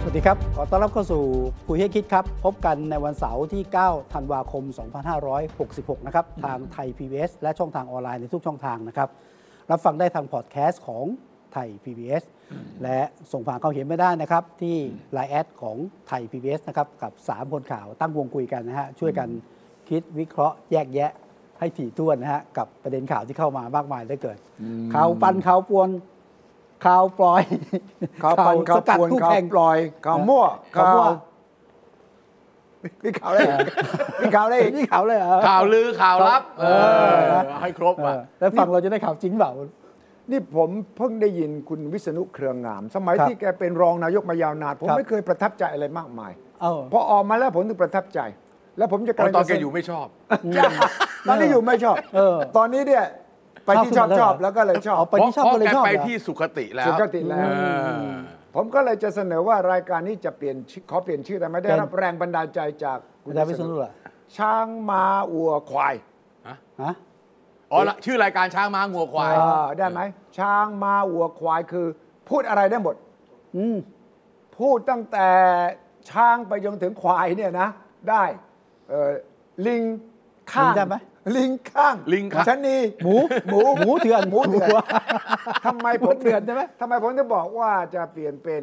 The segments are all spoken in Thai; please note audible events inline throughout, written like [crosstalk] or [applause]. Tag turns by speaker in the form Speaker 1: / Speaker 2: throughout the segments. Speaker 1: สวัสดีครับ ขอต้อนรับเข้าสู่คุยให้คิดครับ พบกันในวันเสาร์ที่ 9 ธันวาคม 2566 นะครับ ทางไทย PBS และช่องทางออนไลน์ในทุกช่องทางนะครับ รับฟังได้ทางพอดแคสต์ของไทย PBS และส่งผ่านความเห็นไม่ได้นะครับ ที่ l ล n e แอดของไทย PBS นะครับ กับ 3 คนข่าวตั้งวงคุยกันนะฮะ ช่วยกันคิดวิเคราะห์แยกแยะให้ถี่ถ้วนนะฮะ กับประเด็นข่าวที่เข้ามามากมายเหลือเกินข่าวปันข่าวปวนข่าวปล่อย
Speaker 2: ข่าวปันข่าว
Speaker 1: สกัด
Speaker 2: ปวน
Speaker 1: คู่
Speaker 2: ข่าว
Speaker 1: แข่ง
Speaker 2: ปล่อยข่าวมั่ว
Speaker 1: ข่าวมั่ว
Speaker 2: มีข่าวอะไรอีกมีข่าวอะไรอีก
Speaker 1: นี่ข่าวเลยเหรอ
Speaker 3: [laughs] ข่าวลือข่าวลับ เออ
Speaker 1: เออ
Speaker 3: ให้ครบอ่ะ
Speaker 1: เออแล้วฟังเราจะได้ข่าวจริงเปล่า
Speaker 2: [laughs] นี่ผมเพิ่งได้ยินคุณวิษณุเครืองาม สมัย
Speaker 1: ครับ
Speaker 2: ที่แกเป็นรองนายกมายาวนานผม
Speaker 1: ครับ
Speaker 2: ไม่เคยประทับใจอะไรมากมาย
Speaker 1: เออ
Speaker 2: พอออกมาแล้วผมถึงประทับใจ แล้วผมจะำลัง
Speaker 3: ตอนแก
Speaker 2: จะ
Speaker 3: อยู่ไม่ชอบ
Speaker 2: [laughs] ตอนนี้อยู่ไม่ชอบ
Speaker 1: เออ
Speaker 2: ตอนนี้เนี่ยไปที่ช
Speaker 1: ชอ
Speaker 2: อ
Speaker 1: บบ ขึ้นมาแล้วเห
Speaker 2: ชอบ
Speaker 1: รอ
Speaker 2: แล้วก็เลยชอบ
Speaker 1: เอาไป
Speaker 3: เพราะ
Speaker 1: ที่ชอบก็เลย
Speaker 3: แก
Speaker 1: ชอบ
Speaker 3: ไป
Speaker 1: เหรอ
Speaker 3: ที่สุขติแล้ว
Speaker 2: สุขติแล้ว
Speaker 3: เออ
Speaker 2: ผมก็เลยจะเสนอว่ารายการนี้จะเปลี่ยนชื่อขอเปลี่ยนชื่อแต่ไม่ได้
Speaker 1: เป็น
Speaker 2: รับแรงบันดาลใจจากคุณ
Speaker 1: อาจารย์วิษณุเหรอ
Speaker 2: ช้างมาอัวควาย
Speaker 1: ฮะ
Speaker 3: อ๋อละชื่อรายการช้างม้างัวควาย
Speaker 2: อ่าได้ไหมช้างมาวัวควายคือ พูดอะไรได้หมด
Speaker 1: อืม
Speaker 2: พูดตั้งแต่ช้างไปจนถึงควายเนี่ยนะ ได้เอ่อลิงข้า
Speaker 1: ลิ
Speaker 2: ง
Speaker 1: งได้ไหม
Speaker 2: ลิงข้าง
Speaker 3: ลิงข้าง
Speaker 2: ชะนี
Speaker 1: หมู
Speaker 2: หมู
Speaker 1: หมูเถื่อน
Speaker 2: หมูเถื่อน
Speaker 1: หมู
Speaker 2: [laughs] ทำไม
Speaker 1: ห
Speaker 2: ผม
Speaker 1: มูเถื่อนใช่ไหม
Speaker 2: ทำไมผมจะบอกว่าจะเปลี่ยนเป็น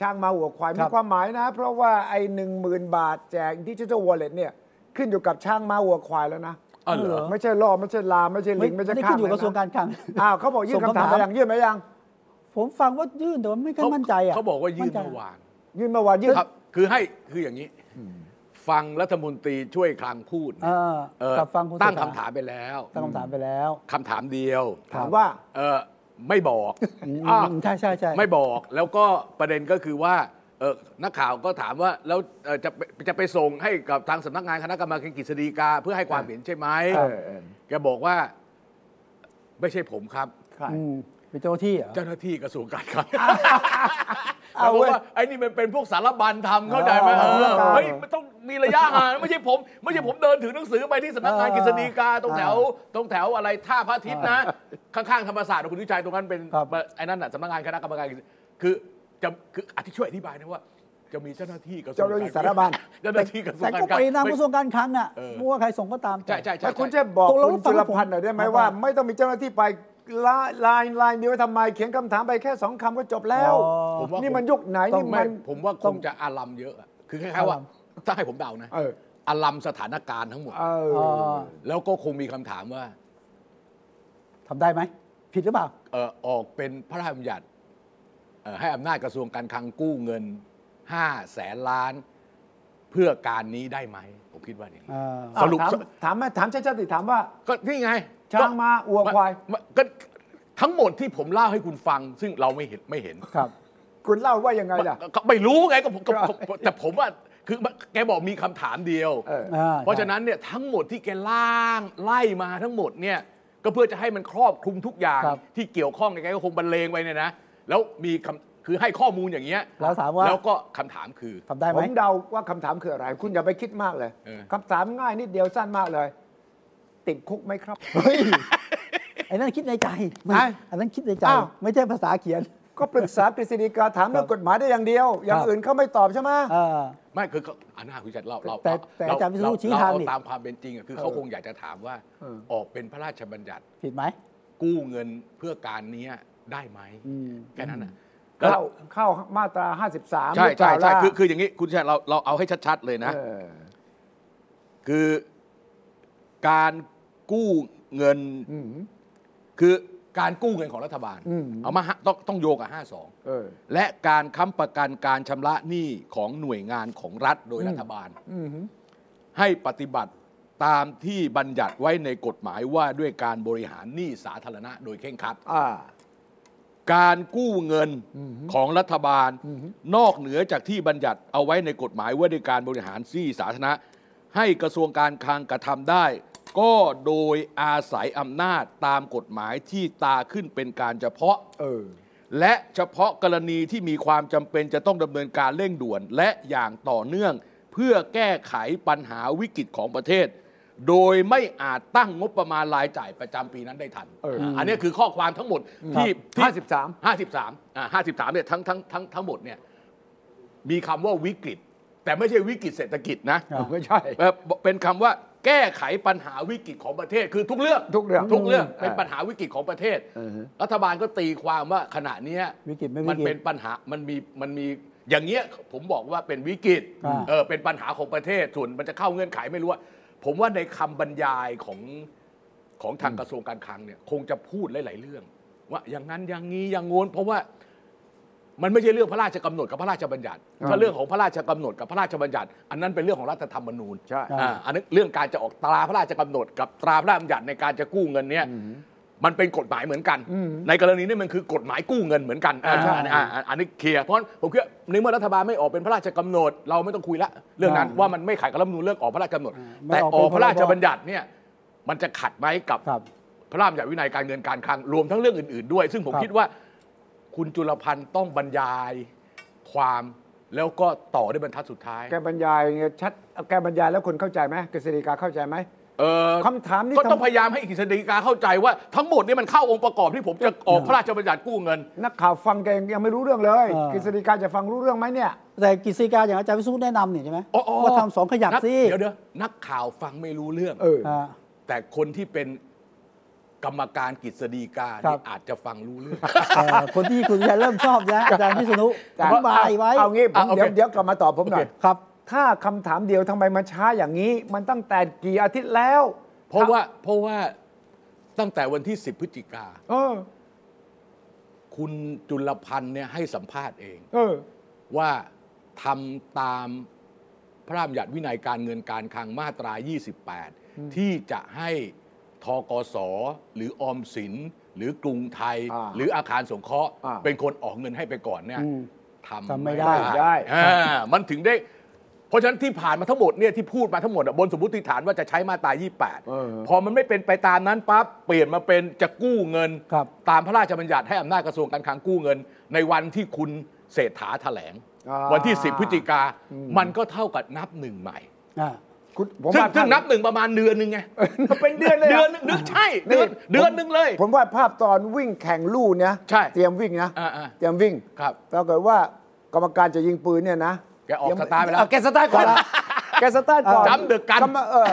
Speaker 2: ช้างมาวัวควาย
Speaker 1: ครั
Speaker 2: มี
Speaker 1: บ
Speaker 2: ความหมายนะ เพราะว่าไอ้หนึ่งหมื่นบาทแจกดิจิทัลวอลเล็ตเนี่ยขึ้นอยู่กับช้างมาวัวควายแล้วนะ
Speaker 3: อ๋อเหรอ
Speaker 2: ไม่ใช่ล่อไม่ใช่ลาไม่ใช่ลิงไม่ใช่
Speaker 1: นี่
Speaker 2: ข้า
Speaker 1: ขึ้
Speaker 2: ง
Speaker 1: นอยู่กระทรวง
Speaker 2: เล
Speaker 1: การคลัง
Speaker 2: อ้าวเขาบอกยื่น
Speaker 1: ส่ง
Speaker 2: คำถาม
Speaker 1: คำถาม
Speaker 2: ไปยังยื่นไหมยัง
Speaker 1: ผมฟังว่ายื่นแต่ว่าไม่ค่อยมั่นใจอ่ะ
Speaker 3: เขาบอกว่ายื่นเมื่อวาน
Speaker 2: ยื่นเมื่อวานยื่น
Speaker 3: ครับ คือให้ คืออย่างนี้ ฟังรัฐมนตรีช่วยคลังพูด
Speaker 1: เอ
Speaker 3: เนี่ย
Speaker 1: อ
Speaker 3: เออ
Speaker 1: กับฟังคุณ
Speaker 3: ตั้ง
Speaker 1: เศรษฐ
Speaker 3: คำถามไปแล้ว
Speaker 1: ตั้งคำถามไปแล้ว
Speaker 3: คำถามเดียว
Speaker 2: ถามว่า
Speaker 3: เออไม่บอก
Speaker 1: อืม
Speaker 3: อ่ะ
Speaker 1: ใช่ใช่ใช่
Speaker 3: ไม่บอกแล้วก็ประเด็นก็คือว่าเอ่อนักข่าวก็ถามว่าแล้วเอ่อจะไปจะไปส่งให้กับทางสำนักงานคณะกรรมการกฤษฎีกา เพื่อให้ความเห็นใช่ไหม
Speaker 2: เออเออ
Speaker 3: แกบอกว่าไม่ใช่ผมครับ
Speaker 2: ใคร
Speaker 1: อืมเป็นเจ้าหน้าที่เหรอ
Speaker 3: เจ้าหน้าที่กระทรวงการคลัง
Speaker 2: เอา
Speaker 3: เอา
Speaker 2: เว้ย
Speaker 3: ว่าไอ้นี่มันเป็นพวกสารบัญทำเข้าใจไหม
Speaker 2: เอา
Speaker 3: เอ
Speaker 2: เอา
Speaker 3: อ
Speaker 2: เอา
Speaker 3: เฮ้ยมันต้องมีระยะห่างไม่ใช่ผม ไม่ใช่ผมเดินถือหนังสือไปที่สำนักงาน
Speaker 1: เออก
Speaker 3: ฤษฎีกาตรงแถว ตรงแถวอะไรท่าพระอาทิตย์นะ ข้างๆธรรมศาสตร์คุณวิจัยตรงนั้นเป็น
Speaker 1: ครับ
Speaker 3: ไอ้นั่นน่ะสำนักงานคณะกรรมการกฤษคือจะคืออธิช่วยอธิบายนะว่า จะมีเจ้าหน้าที่กระทรวง
Speaker 2: เจ้าหน้าที่สารบัญ
Speaker 3: เจ้าหน้าที่กระทรวง
Speaker 1: แต่
Speaker 3: การ
Speaker 1: ก็
Speaker 3: คลั
Speaker 1: ไป
Speaker 3: ง
Speaker 1: นามกระทรวงการคลังอ่ะ
Speaker 3: เออ
Speaker 1: ไม่ว่าใครส่งก็ตามแต่
Speaker 3: ใช่ใช่ใช่
Speaker 2: แต่
Speaker 3: ใช่
Speaker 2: คุณจะบอก
Speaker 1: ตกลง
Speaker 2: คุณจุลพันธ์หน่อยได้ไหม
Speaker 1: ครับ
Speaker 2: ว่า ไม่ต้องมีเจ้าหน้าที่ไปลายลายลายเดียวไว้ทำไม เขียนคำถามไปแค่สองคำก็จบแล้ว
Speaker 1: อ๋อ
Speaker 3: ผมว่า
Speaker 2: นี่มันยุคไหน
Speaker 1: ต้อง
Speaker 2: นี่
Speaker 3: ไม่
Speaker 2: มัน
Speaker 3: ผมว่าค
Speaker 1: ต้อง
Speaker 3: งจะอารัมเยอะอะคือคล้ายๆ
Speaker 1: อา
Speaker 3: ว่า
Speaker 1: รัม
Speaker 3: ถ้าให้ผมเดานะ
Speaker 2: เออ
Speaker 3: อารัมสถานการณ์ทั้งหมด
Speaker 2: เออ
Speaker 1: อ๋อ
Speaker 3: แล้วก็คงมีคำถามว่า
Speaker 1: ทำได้ไหม ผิดหรือเปล่า
Speaker 3: เอ่อออกเป็นพระราชบัญญัติเอ่อให้อำนาจกระทรวงการคลังกู้เงิน 5 แสนล้าน เพื่อการนี้ได้ไหม ผมคิดว่าอย่างนี้
Speaker 1: อ่า
Speaker 3: สรุป
Speaker 2: ถามถามไหมถามชัดๆสิถามว่า
Speaker 3: ก็นี่ไง
Speaker 2: ช้างม้าวัวควาย
Speaker 3: มมก็ทั้งหมดที่ผมเล่าให้คุณฟัง ซึ่งเราไม่เห็นไม่เห็น
Speaker 1: ครับ
Speaker 2: คุณเล่าว่ายังไงล่ะ
Speaker 3: ก็ไม่รู้ไงก็ผมก็ก็แต่ผมว่าคือแกบอกมีคำถามเดียว
Speaker 2: เออ
Speaker 1: อ่
Speaker 3: เพราะฉะนั้นเนี่ยทั้งหมดที่แกล่างไล่มาทั้งหมดเนี่ยก็เพื่อจะให้มันครอบคลุมทุกอย่าง
Speaker 1: ครับ
Speaker 3: ที่เกี่ยวข้องในแกก็คงบรรเลงไปเนี่ยนะแล้วมีคำคือให้ข้อมูลอย่างเงี้ย
Speaker 1: แล้วถามว่า
Speaker 3: แล้วก็คำถามคือ
Speaker 1: ทำได้ไห
Speaker 2: ผม มเดาว่าคำถามคืออะไร คุณอย่าไปคิดมากเลย
Speaker 3: เออ
Speaker 2: คำถามง่ายนิดเดียวสั้นมากเลย ติดคุกไหมครับ
Speaker 1: เฮ้ย ไอ้นั่นคิดในใจไม่
Speaker 2: ไอ้
Speaker 1: อันนั้นคิดในใจ
Speaker 2: อ้าว
Speaker 1: ไม่ใช่ภาษาเขียน
Speaker 2: ก็ปรึกษากฤษฎีกาถามเรื่องกฎหมายได้อย่างเดียว อย่า
Speaker 1: ครับ
Speaker 2: งอื่นเขาไม่ตอบใช่ไหม
Speaker 1: เออ
Speaker 3: ไม่คือเขาอันน่าคุณจัดเราเรา
Speaker 1: แต่แต่อาจารย์วิษณุ
Speaker 3: เ
Speaker 1: ชี้ทาง
Speaker 3: เร
Speaker 1: นี่
Speaker 3: เอตามความเป็นจริงอะคือเขาคงอยากจะถามว่า
Speaker 2: เออ
Speaker 3: ออกเป็นพระราชบัญญัติ
Speaker 1: ผิดไหม
Speaker 3: กู้เงินเพื่อการเนี้ยได้ไหม
Speaker 1: อืม
Speaker 3: แค่นั้นนะ
Speaker 2: เข้าเข้ามาตรา 53
Speaker 3: ใช่
Speaker 2: หรือเป
Speaker 3: ใช่
Speaker 2: ล่า
Speaker 3: ใช่
Speaker 2: ล่ะ
Speaker 3: คือคืออย่างนี้คุณชัดเราเราเอาให้ชัดๆเลยนะ
Speaker 2: เออ
Speaker 3: คือการกู้เงิน
Speaker 2: อืม
Speaker 3: คือการกู้เงินของรัฐบาล
Speaker 2: อืม
Speaker 3: เอามาฮะต้องต้องโยงกับ
Speaker 2: เออ
Speaker 3: 52 และการค้ำประกันการชำระหนี้ของหน่วยงานของรัฐโดยรัฐบาล
Speaker 2: อืม
Speaker 3: ให้ปฏิบัติตามที่บัญญัติไว้ในกฎหมายว่าด้วยการบริหารหนี้สาธารณะโดยเคร่งครัด
Speaker 2: อ่า
Speaker 3: การกู้เงินของรัฐบาล นอกเหนือจากที่บัญญัติเอาไว้ในกฎหมายว่าด้วยการบริหารที่สาธารณะ ให้กระทรวงการคลังกระทำได้ ก็โดยอาศัยอำนาจตามกฎหมายที่ตราขึ้นเป็นการเฉพาะ
Speaker 2: เออ
Speaker 3: และเฉพาะกรณีที่มีความจำเป็นจะต้องดำเนินการเร่งด่วน และอย่างต่อเนื่อง เพื่อแก้ไขปัญหาวิกฤตของประเทศ โดยไม่อาจตั้งงบประมาณรายจ่ายประจำปีนั้นได้ทัน
Speaker 2: เออ
Speaker 3: อ่ะอันนี้คือข้อความทั้งหมดที่ที่
Speaker 2: 53
Speaker 3: 53อ่า53เนี่ยทั้งทั้งทั้งทั้งหมดเนี่ยมีคำว่าวิกฤต แต่ไม่ใช่วิกฤตเศรษฐกิจนะ
Speaker 2: ไม่ใช่
Speaker 3: เอ่อเป็นคำว่าแก้ไขปัญหาวิกฤตของประเทศคือทุกเรื่อง
Speaker 2: ทุกเรื่อง
Speaker 3: ทุกเรื่องเป็น
Speaker 2: อ่า
Speaker 3: ปัญหาวิกฤตของประเทศ
Speaker 2: อือฮึ
Speaker 3: รัฐบาลก็ตีความว่าขณะเนี้ย
Speaker 1: วิกฤตไม่วิกฤต
Speaker 3: นเป็นปัญหามันมีมันมีอย่างเงี้ยผมบอกว่าเป็นวิกฤต
Speaker 1: อ่า
Speaker 3: เออเป็นปัญหาของประเทศส่วนมันจะเข้าเงื่อนไขไม่รู้ว่าผมว่าในคำบรรยายของของทางกระทรวงการคลังเนี่ยคงจะพูดหลาย ๆ เรื่อง ว่าอย่างนั้นอย่างนี้อย่างโน้นเพราะว่ามันไม่ใช่เรื่องพระราชกำหนดกับพระราชบัญญัติ
Speaker 2: อ่า
Speaker 3: ถ้าเรื่องของพระราชกำหนดกับพระราชบัญญัติ อันนั้นเป็นเรื่องของรัฐธรรมนูญ
Speaker 2: ใช่
Speaker 3: อ่าอันนั้นเรื่องการจะออกตราพระราชกำหนดกับตราพระราชบัญญัติในการจะกู้เงินเนี่ยมันเป็นกฎหมายเหมือนกัน
Speaker 2: อืม
Speaker 3: ในกรณีนี้มันคือกฎหมายกู้เงินเหมือนกันอ่า
Speaker 2: ใช่
Speaker 3: อันนี้อ่าอันนี้เคลียร์เพราะผมคิดว่าในเมื่อรัฐบาลไม่ออกเป็นพระราชกำหนด เราไม่ต้องคุยละเรื่องนั้น
Speaker 1: อ่า
Speaker 3: ว่ามันไม่ขัดกับรัฐธรรมนูญเรื่องออกพระราชกำหนด
Speaker 1: อ่า
Speaker 3: แต่
Speaker 1: ไม่ออก
Speaker 3: อ
Speaker 1: เป็น
Speaker 3: อกพระราช
Speaker 1: พรบ
Speaker 3: บัญญัติเนี่ยมันจะขัดไหมกับ
Speaker 1: ครับ
Speaker 3: พระราชบัญญัติวินัยการเงินการคลังรวมทั้งเรื่องอื่นๆด้วย ซึ่งผม
Speaker 1: ครับ
Speaker 3: คิดว่าคุณจุลพันธ์ต้องบรรยายความแล้วก็ต่อด้วยบรรทัดสุดท้าย
Speaker 2: แกบรรยายเนี่ยชัดแกบรรยายแล้วคนเข้าใจไหมกฤษฎีกาเข้าใจไหม
Speaker 3: เอ่อ
Speaker 2: คำถามนี้
Speaker 3: ก็ต้อง
Speaker 2: ทำ
Speaker 3: พยายามให้กฤษฎีกาเข้าใจว่าทั้งหมดนี่มันเข้าองค์ประกอบที่ผมจะออกพระราชบัญญัติกู้เงิน
Speaker 2: นักข่าวฟังแกยังไม่รู้เรื่องเลย
Speaker 1: เออ
Speaker 2: กฤษฎีกาจะฟังรู้เรื่องไหมเนี่ย
Speaker 1: แต่กฤษฎีกาอย่างอาจารย์วิสุแนะนำนี่ใช่ไหม
Speaker 3: อ๋ออ๋อ
Speaker 1: ว่าทำสองขยัก
Speaker 3: นั
Speaker 1: สิ
Speaker 3: เดี๋ยวเดี๋ยวนักข่าวฟังไม่รู้เรื่อง
Speaker 2: เออ
Speaker 1: อ่า
Speaker 3: แต่คนที่เป็นกรรมการกฤษฎีกา
Speaker 1: ครั
Speaker 3: นี่
Speaker 1: บ
Speaker 3: อาจจะฟังรู้เรื่อง
Speaker 1: เอ่อคนที่คุณจะเริ่มชอบนะอาจารย์พิษณุอธิบายไว้
Speaker 2: เอางี้ผม
Speaker 3: อ่ะโอเค
Speaker 2: เดี๋ยวเดี๋ยวกลับมาตอบผมหน่อย
Speaker 3: โอเค
Speaker 1: ครับ
Speaker 2: ถ้าคำถามเดียวทำไมมันช้าอย่างนี้ มันตั้งแต่กี่อาทิตย์แล้ว
Speaker 3: เพราะว่าเพราะว่าตั้งแต่วันที่ 10 พฤศจิกา
Speaker 2: เออ
Speaker 3: คุณจุลพันธ์เนี่ยให้สัมภาษณ์เอง
Speaker 2: เออ
Speaker 3: ว่าทำตามพระราชบัญญัติวินัยการเงินการคลังมาตรา 28 ที่จะให้ทกส หรือออมสิน หรือกรุงไทย
Speaker 2: อ่า
Speaker 3: หรืออาคารสงเคราะห์
Speaker 2: อ่า
Speaker 3: เป็นคนออกเงินให้ไปก่อนเนี่ยทำ
Speaker 1: ทำไม่ได้
Speaker 2: ได้
Speaker 3: อ่ามันถึงได้ เพราะฉะนั้นที่ผ่านมาทั้งหมดเนี่ยที่พูดมาทั้งหมดอะบนสมมติฐานว่าจะใช้มาตรา
Speaker 2: เออ
Speaker 3: 28 พอมันไม่เป็นไปตามนั้นปั๊บเปลี่ยนมาเป็นจะกู้เงิน
Speaker 1: ครับ
Speaker 3: ตามพระราชบัญญัติให้อำนาจกระทรวงการคลังกู้เงิน ในวันที่คุณเศรษฐาแถลง
Speaker 2: อ่า
Speaker 3: วันที่ 10 พฤศจิกา มันก็เท่ากับนับหนึ่งใหม่
Speaker 1: อ่า
Speaker 2: คุณผม
Speaker 3: ซึ่ง
Speaker 2: ว่า
Speaker 3: ซึ่ง
Speaker 2: ภาพ
Speaker 3: นับหนึ่งประมาณเดือนหนึ่งไง
Speaker 2: เป็นเดือนเลยหร
Speaker 3: เดือนหนึงนึกใช่เดือนเดือนหนึ่งเลย
Speaker 2: ผมว่าภาพตอนวิ่งแข่งลู่เนี่ย
Speaker 3: ใช่
Speaker 2: เตรียมวิ่งนะ
Speaker 3: อ่าๆ
Speaker 2: เตรียมวิ่ง
Speaker 3: ครับ
Speaker 2: ปรากฏว่ากรรมการจะยิงปืนเนี่ยนะ
Speaker 3: แกออก
Speaker 2: ยัง
Speaker 3: สตาร์ทไปแล้ว
Speaker 2: เอแกสตาร์ทก่อนแกสตาร์ทก่อน
Speaker 3: จำเดือดกัน
Speaker 2: รรมเออ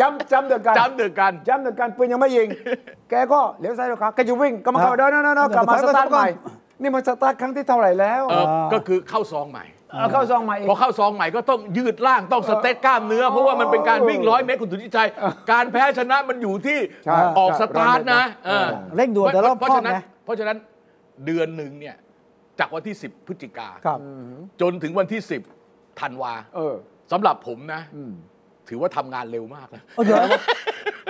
Speaker 2: ย้ำจำเดือดกัน
Speaker 3: จำเดือนกัน
Speaker 2: ย้ำหนึ่งการปืนยังไม่ยิง [laughs] แกก็เลี้ยวซ้ายเลี้ยวขวาแกจะวิ่งกรรมการบอกเดินๆๆกลับมาสตาร์ทใหม่ นี่มันสตาร์ทครั้งที่เท่าไหร่แล้ว
Speaker 3: เออ
Speaker 1: อ่า
Speaker 3: ก็คือเข้าซองใหม่
Speaker 2: เอาเข้าซองใหม่อีก
Speaker 3: พอเข้าซองใหม่ก็ต้องยืดร่างต้องสเตตกล้ามเนื้อ เพราะว่ามันเป็นการวิ่งร้อยเมตรคุณสุทธิชัย การแพ้ชนะมันอยู่ที่
Speaker 2: ใช่
Speaker 3: ออก
Speaker 2: ใช่
Speaker 3: สตาร์ทนะ
Speaker 2: เออ
Speaker 3: ออ
Speaker 1: เร่งด่วนแต่รอบ
Speaker 3: เพราะ
Speaker 1: ครอบ
Speaker 3: ฉะนั้น
Speaker 1: นะ
Speaker 3: เพราะฉะนั้นเดือนหนึ่งเนี่ยจากวันที่ 10 พฤศจิกา
Speaker 1: ครับ
Speaker 3: จนถึงวันที่ 10ธันวา
Speaker 2: เออ
Speaker 3: สำหรับผมนะ ถือว่าทำงานเร็วมากนะ
Speaker 1: เอ
Speaker 3: [laughs]
Speaker 1: อเดี๋ยว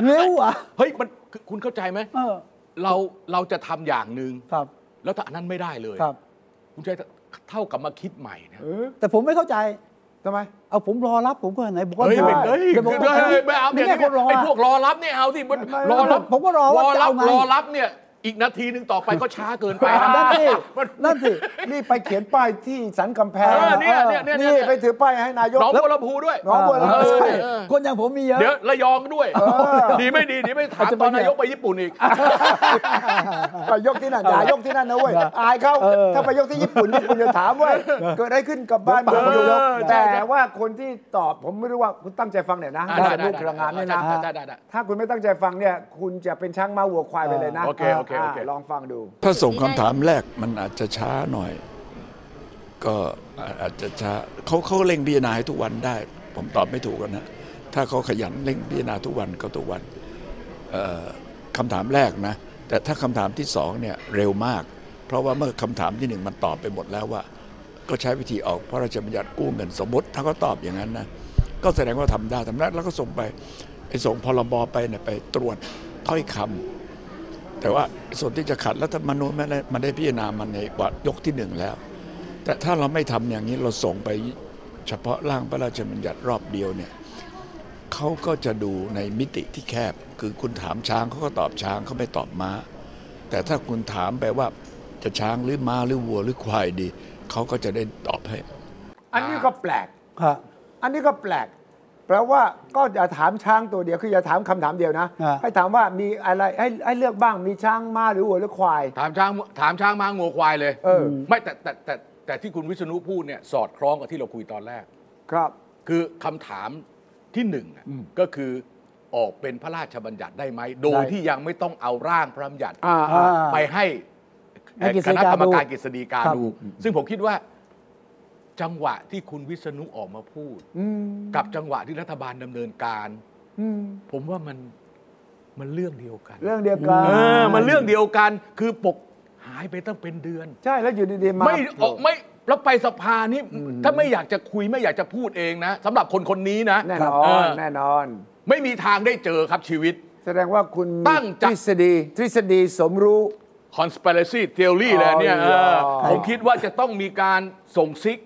Speaker 1: เร็วอ่ะ
Speaker 3: เฮ้ยมันคือคุณเข้าใจไหม
Speaker 1: เออ
Speaker 3: เราเราจะทำอย่างหนึ่ง
Speaker 1: ครับ
Speaker 3: แล้วถ้าอันนั้นไม่ได้เลย
Speaker 1: ครับ
Speaker 3: คุณชัยเท่ากับมาคิดใหม่นะ
Speaker 2: เออ
Speaker 1: แต่ผมไม่เข้าใจ
Speaker 2: ทำไม
Speaker 1: เอาผมรอรับผมก็ไหนบอกว่า
Speaker 3: เฮ้ย
Speaker 1: จะ
Speaker 3: ไม่เฮ้ย
Speaker 1: เดี๋ยวบอกว่า
Speaker 3: เฮ้ยไม่เอา
Speaker 1: ไม่
Speaker 3: เนี่ย
Speaker 1: ใช่คนรอ
Speaker 3: ไอ้
Speaker 1: อะ
Speaker 3: พวกรอรับเนี่ยเอาสิมัน
Speaker 2: ไม่ไม่
Speaker 3: รอรับ
Speaker 1: ผมก็รอว่าจะ
Speaker 3: รั
Speaker 1: เอา
Speaker 3: บ
Speaker 1: ไง
Speaker 3: รอรับเนี่ยอีกนาทีหนึ่งต่อไปก็ช้าเกินไป
Speaker 1: อ่า
Speaker 3: นะ
Speaker 1: นั่นสิ
Speaker 3: มัน
Speaker 1: นั่นสิ
Speaker 2: นี่ไปเขียนป้ายที่สันกำแพง
Speaker 3: เออเนี่ยเนี่ยเนี่ยเนี่ย
Speaker 2: นี่ไปถือป้ายให้นายก
Speaker 3: หน้องบัวลำพูด้วย
Speaker 2: หนองบัวลำพู
Speaker 3: เออ
Speaker 1: ใช่คนอย่างผมมีเยอะ
Speaker 3: เดี๋ยวระยองด้วย
Speaker 2: อ
Speaker 3: ดีไม่ดีดีไม่ถาม
Speaker 1: อาจจะ
Speaker 3: ตอน
Speaker 1: ไม่
Speaker 3: นายกไปญี่ปุ่นอีก
Speaker 2: ไปยกที่นั่นอย่ายกที่นั่นนะเว้ยอายเขาถ้าไปยกที่ญี่ปุ่นญี่ปุ่นจะถามเว่าเกิดอะไรขึ้นกับบ้านเมือง
Speaker 3: เออใช่
Speaker 2: แต่
Speaker 3: ใช่
Speaker 2: ว่าคนที่ตอบผมไม่รู้ว่าคุณตั้งใจฟังหน่อยนะ
Speaker 3: อ่ะ
Speaker 2: ได้
Speaker 3: ได้
Speaker 2: ลูกพลังงานเนี่ยนะ
Speaker 3: ได้ได้ได้ได้
Speaker 2: ถ้าคุณไม่ตั้งใจฟังเนี่ย คุณจะเป็นช้างมาวัวควายไปเลยนะ
Speaker 3: โอเคโอเคโอเค
Speaker 2: าลองฟังดู
Speaker 4: ถ้าส่งคำถามแรกมันอาจจะช้าหน่อย ก็อาจจะช้าเขาเขาเร่งพิจารณาให้ทุกวันได้ ผมตอบไม่ถูกกันนะ ถ้าเขาขยันเร่งพิจารณาทุกวันก็ทุกวันเอ่อคำถามแรกนะ แต่ถ้าคำถามที่สองเนี่ยเร็วมาก เพราะว่าเมื่อคำถามที่หนึ่งมันตอบไปหมดแล้วว่า ก็ใช้วิธีออกพระราชบัญญัติกู้เงินสมมติ ถ้าเขาตอบอย่างนั้นนะก็แสดงว่าทำได้ทำได้แล้วก็ส่งไปไอ้ส่งพรบไปเนี่ยไปตรวจถ้อยคำ แต่ว่าส่วนที่จะขัดรัฐธรรมนูญมันได้มันได้พิจารณามันในวัยกที่หนึ่งแล้ว แต่ถ้าเราไม่ทำอย่างนี้เราส่งไปเฉพาะร่างพระราชบัญญัติรอบเดียวเนี่ยเขาก็จะดูในมิติที่แคบ คือคุณถามช้างเขาก็ตอบช้างเขาไม่ตอบม้า แต่ถ้าคุณถามไปว่าจะช้างหรือม้าหรือวัวหรือควายดีเขาก็จะได้ตอบให้
Speaker 2: อันนี้ก็แปลก
Speaker 1: ฮะ
Speaker 2: อันนี้ก็แปลก แปลว่าก็อย่าถามช้างตัวเดียว คืออย่าถามคำถามเดียวนะ
Speaker 1: อ่า
Speaker 2: ให้ถามว่ามีอะไรให้ให้เลือกบ้าง มีช้างม้าหรือวัวหรือควาย
Speaker 3: ถามช้างถามช้างมางัวควายเลย
Speaker 2: เออ
Speaker 3: ไม่แต่แต่แต่แต่ที่คุณวิษณุพูดเนี่ยสอดคล้องกับที่เราคุยตอนแรก
Speaker 2: ครับ
Speaker 3: คือคำถามที่หนึ่งอะก็คือออกเป็นพระราชบัญญัติได้ไหม โดย
Speaker 1: ได้
Speaker 3: ที่ยังไม่ต้องเอาร่างพระราชบัญญัติ
Speaker 2: อ่า
Speaker 1: อ่า
Speaker 3: ไปให้
Speaker 1: ให้กฤษ
Speaker 3: คณะ
Speaker 1: ฎีกาก
Speaker 3: รรมการ
Speaker 1: ดู
Speaker 3: กฤษฎีกา
Speaker 1: ครับ
Speaker 3: ดู ซึ่งผมคิดว่าจังหวะที่คุณวิษณุออกมาพูด
Speaker 2: อืม
Speaker 3: กับจังหวะที่รัฐบาลดำเนินการ
Speaker 2: อืม
Speaker 3: ผมว่ามันมันเรื่องเดียวกัน
Speaker 2: เรื่องเดียวกัน
Speaker 3: เออมันเรื่องเดียวกัน คือปกหายไปตั้งเป็นเดือน
Speaker 2: ใช่แล้วอยู่ดีๆมา
Speaker 3: ไม่ออกไม่แล้วไปสภานี่ถ้าไม่อยากจะคุยไม่อยากจะพูดเองนะสำหรับคนคนนี้นะ
Speaker 2: แน่น
Speaker 3: เ
Speaker 2: อนแน่นอน
Speaker 3: ไม่มีทางได้เจอครับชีวิต
Speaker 2: แสดงว่าคุณ
Speaker 3: ตั้ง
Speaker 2: ท
Speaker 3: ใจ
Speaker 2: ฤษฎีทฤษฎีสมรู้
Speaker 3: conspiracy theory เลยเนี่ย
Speaker 2: อ๋อเหรอ
Speaker 3: เออผมคิดว่าจะต้องมีการส่งซิก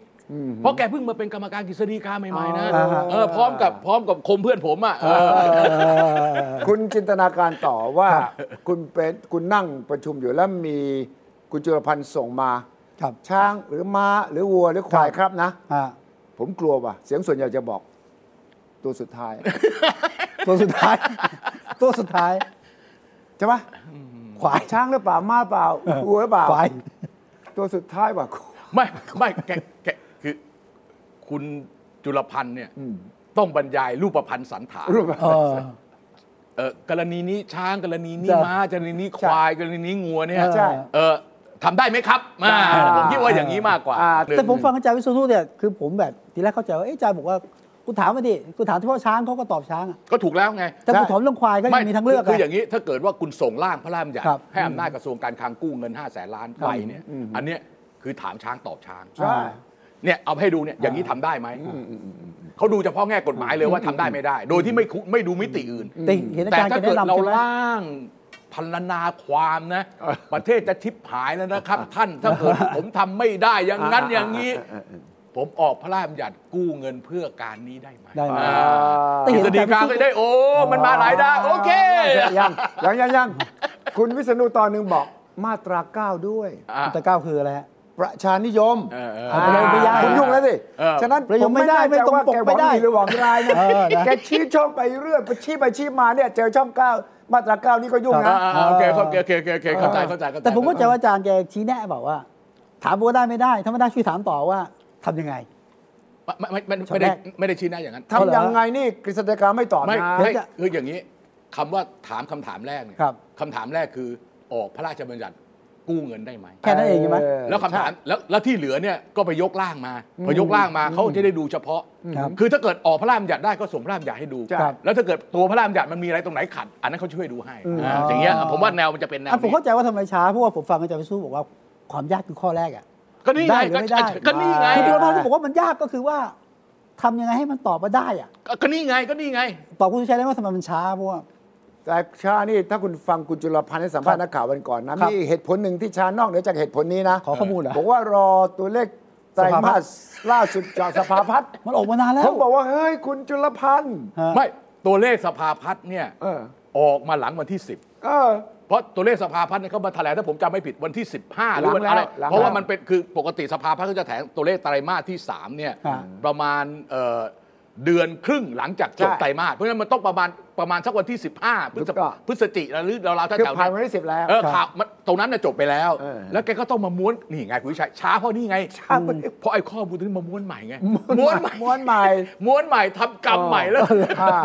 Speaker 3: เพราะแกเพิ่งมาเป็นกรรมการกฤษฎีกาใหม่ๆนะเออพร้อมกับพร้อมกับคมเพื่อนผมอ่ะเออ
Speaker 2: คุณจินตนาการต่อว่าคุณเป็นคุณนั่งประชุมอยู่แล้วมีคุณจุลพันธ์ส่งมา
Speaker 1: ครับ
Speaker 2: ช้างหรือม้าหรือวัวหรือควายครับนะ
Speaker 1: ฮะ
Speaker 2: ผมกลัวว่ะ เสียงส่วนใหญ่จะบอก ตัวสุดท้าย
Speaker 1: ตัวสุดท้าย [laughs] ตัวสุดท้าย
Speaker 2: ใช่ไหม
Speaker 1: ควาย
Speaker 2: ช้างหรือเปล่าม้าเปล่าวัวหรือเปล่า
Speaker 1: ควาย
Speaker 2: ตัวสุดท้ายว่ะ
Speaker 3: ไม่ไม่แกแกคือคุณจุลพันธ์เนี่ยต้องบรรยายรูปพันธ์สันฐาน
Speaker 2: รูป
Speaker 1: เออ
Speaker 3: เออกรณีนี้ช้างกรณีนี้
Speaker 1: จ้ะ
Speaker 3: ม้ากรณีนี้ควายกรณีนี้งัวเนี่ย
Speaker 1: ใช่
Speaker 3: เออทำได้ไหมครับมาผมคิดว่าอย่างนี้มากกว่า
Speaker 2: อ่า
Speaker 3: หนึ่
Speaker 1: แต่ผมฟังอาจารย์วิศนุเนี่ยคือผมแบบทีแรกเข้าใจว่าเอ๊ะอาจารย์บอกว่ากูถามมาดิกูถามเฉพาะช้างเขาก็ตอบช้างอะ
Speaker 3: ก็ถูกแล้วไง
Speaker 1: แต่กู
Speaker 2: ใช่
Speaker 1: ถามเรื่องควายก็ยังมีทางเลือก
Speaker 3: คืคืออ
Speaker 1: อะ
Speaker 3: ย่างนี้ถ้าเกิดว่าคุณส่งร่างพระราชบัญญัติ
Speaker 1: ครับ
Speaker 3: ให้อำนาจกระทรวงการคลังกู้เงิน 5 0 0แสนล้านไปเนี่ยอันเนี้ยคือถามช้างตอบช้าง
Speaker 2: ใช่
Speaker 3: เนี่ยเอาให้ดูเนี่ยอย่างนี้ทำได้ไหมเขาดูเฉพาะแง่กฎหมายเลยว่าทำได้ไม่ได้ โดยที่ไม่คุไม่ดูมิติอื่น
Speaker 1: แต่เห็นอาจารย์
Speaker 3: ถ้าเกิด
Speaker 1: แกแนะนำ
Speaker 3: เรา
Speaker 1: ใช่ไหม
Speaker 3: ร่างพันนาความนะ ประเทศจะชิบหายแล้วนะครับ ท่านถ้าเกิดผมทำไม่ได้อย่างนั้นอย่างนี้ ผมออกพระราชบัญญัติกู้เงินเพื่พื่อการนี้ได้ไหม
Speaker 1: ได้ไหม
Speaker 3: อ่า
Speaker 1: แต่
Speaker 3: กฤ
Speaker 1: เห็น
Speaker 3: ษ
Speaker 1: อา
Speaker 3: ฎี
Speaker 1: จารย์
Speaker 3: กา
Speaker 1: วิ
Speaker 3: ก็
Speaker 1: ศนุ
Speaker 3: ได้โอ้ มันมาหลายด้านโอเค
Speaker 2: ยังยังยังยังคุณวิษณุตอนหนึ่งบอกมาตราเก้าด้วย
Speaker 3: อ่ะ
Speaker 1: แต่เก้าคืออะไรฮะ
Speaker 2: ประชานิยม
Speaker 3: เออเออ
Speaker 2: อ่า
Speaker 1: ประชานิยมไม่ได้
Speaker 2: คุณยุ่งแล้วสิ
Speaker 3: เออ
Speaker 2: ฉะนั้น
Speaker 1: ประโย
Speaker 2: ผ
Speaker 1: ชน์
Speaker 2: ม
Speaker 1: ไม่
Speaker 2: ไม่
Speaker 1: ได้
Speaker 2: ได้
Speaker 1: ไม่ต
Speaker 2: ใจ
Speaker 1: รง
Speaker 2: ว่า
Speaker 1: ปก
Speaker 2: แกห
Speaker 1: ไม่
Speaker 2: วัง
Speaker 1: ได้
Speaker 2: ดีหรือหวังร้ายนะ
Speaker 1: เออนะ
Speaker 2: แกชี้ช่องไปเรื่อยไปชี้ไปชี้มาเนี่ยเจอช่องเก้ามาตราเก้านี่ก็ยุ่ง
Speaker 3: อ่า
Speaker 2: นะ
Speaker 3: อ่าโอเคโอเคโอเคโอเคโอเคเข้าใจเข้าใจเข้าใจ
Speaker 1: แต่ผมก็จะว่าอาจารย์แกชี้แนะบอกว่า ถามว่าได้ไม่ได้ ถ้าไม่ได้ช่วยถามต่อว่าทำยังไง
Speaker 3: ไม่ไม่ไม่ไม่ได้ไม่ได้ชี้หน้าอย่างนั้น
Speaker 2: ทำยังไงนี่กฤษฎีกาไม่ตอบ
Speaker 3: ไม่
Speaker 2: นะ
Speaker 3: ไม่คืออย่างนี้คำว่าถามคำถามแรกเนี่ย
Speaker 1: ครับ
Speaker 3: คำถามแรกคือออกพระราชบัญญัติกู้เงินได้ไหม
Speaker 1: แค่นั้นเองใช่ไหม
Speaker 2: เออ
Speaker 3: แล้วคำถามแล้วแล้วที่เหลือเนี่ยก็ไปยกร่างมาพอยกร่างมาเขาจะได้ดูเฉพาะ
Speaker 1: ครับ
Speaker 3: คือถ้าเกิดออกพระรามหยัดได้ก็ส่งพระรามหยัดให้ดู
Speaker 1: ครับ
Speaker 3: แล้วถ้าเกิดตัวพระรามหยัดมันมีอะไรตรงไหนขัด อันนั้นเขาช่วยดูให้อ่าอย่างเงี้ยผมว่าแนวมันจะเป็นแนว
Speaker 1: อ่ะผม
Speaker 3: นี้
Speaker 1: เข้าใจว่าทำไมช้าเพราะว่าผมฟังอาจารย์วิศนุบอกว่าความยากคือข้อแรกอะ
Speaker 3: ก็นี่
Speaker 1: ได้
Speaker 3: ไง
Speaker 1: หรือ
Speaker 3: ก็
Speaker 1: ไม่ได้
Speaker 3: ก็นี่ไง
Speaker 1: คุณจุลพันธ์ที่บอกว่ามันยากก็คือว่าทำยังไงให้มันตอบมาได้อะ
Speaker 3: ก็ก็นี่ไงก็นี่ไง
Speaker 1: ตอบคุณชัยได้ว่าทำไมมันช้าเพราะว่า
Speaker 2: แต่ชานี่ถ้าคุณฟังคุณจุลพันธ์ให้สัมภาษณ์นักข่าววันก่อนนะครับ มีเหตุผลหนึ่งที่ชานอกเหนือจากเหตุผลนี้นะ
Speaker 1: ขอข้อมูลเหรอ
Speaker 2: บอกว่ารอตัวเลขไตรมาสล่าสุดจากสภาพัฒน์
Speaker 1: มันออกมานานแล้ว
Speaker 2: ผมบอกว่า เฮ้ย คุณจุลพันธ์
Speaker 1: ฮะ
Speaker 3: ไม่ตัวเลขสภาพัฒน์เนี่ย
Speaker 2: เออ
Speaker 3: ออกมาหลังวันที่ 10
Speaker 2: เออ
Speaker 3: เพราะตัวเลขสภาพัฒน์เนี่ยเขามาแถลงถ้าผมจำไม่ผิดวันที่ 15 หรือวันอะไร
Speaker 2: หลังแล้ว
Speaker 3: เพราะว่ามันเป็นคือปกติสภาพัฒน์เขาจะแถลงตัวเลขไตรมาสที่ 3 เนี่ย
Speaker 1: อ่า
Speaker 3: ประมาณเอ่อเดือนครึ่งหลังจากจบ
Speaker 2: ใช่
Speaker 3: ไตรมาสเพราะฉะนั้นมันต้องประมาณประมาณสักวันที่ 15 พฤศ
Speaker 2: ก็
Speaker 3: พฤศจิกายนหรือเราวๆถ้า
Speaker 2: คือ
Speaker 3: แถว
Speaker 2: ผ่าน
Speaker 3: เนี้
Speaker 2: วัน
Speaker 3: ย
Speaker 2: ที่สิบแล้ว
Speaker 3: เออข่าวมันตรงนั้นน่ะจบไปแล้ว
Speaker 2: เออ
Speaker 3: แล้วแกก็ต้องมาม้วนนี่ไงคุณวิชัยช้าเพราะนี่ไง
Speaker 2: ช้าไป
Speaker 3: เพราะไอ้ข้อมูลตัวนี้มาม้วนใหม่ไง
Speaker 2: ม้วนใหม่ม้วนใหม่
Speaker 3: ม้วนใหม่ทำกรรมใหม่แล้ว
Speaker 2: อ่า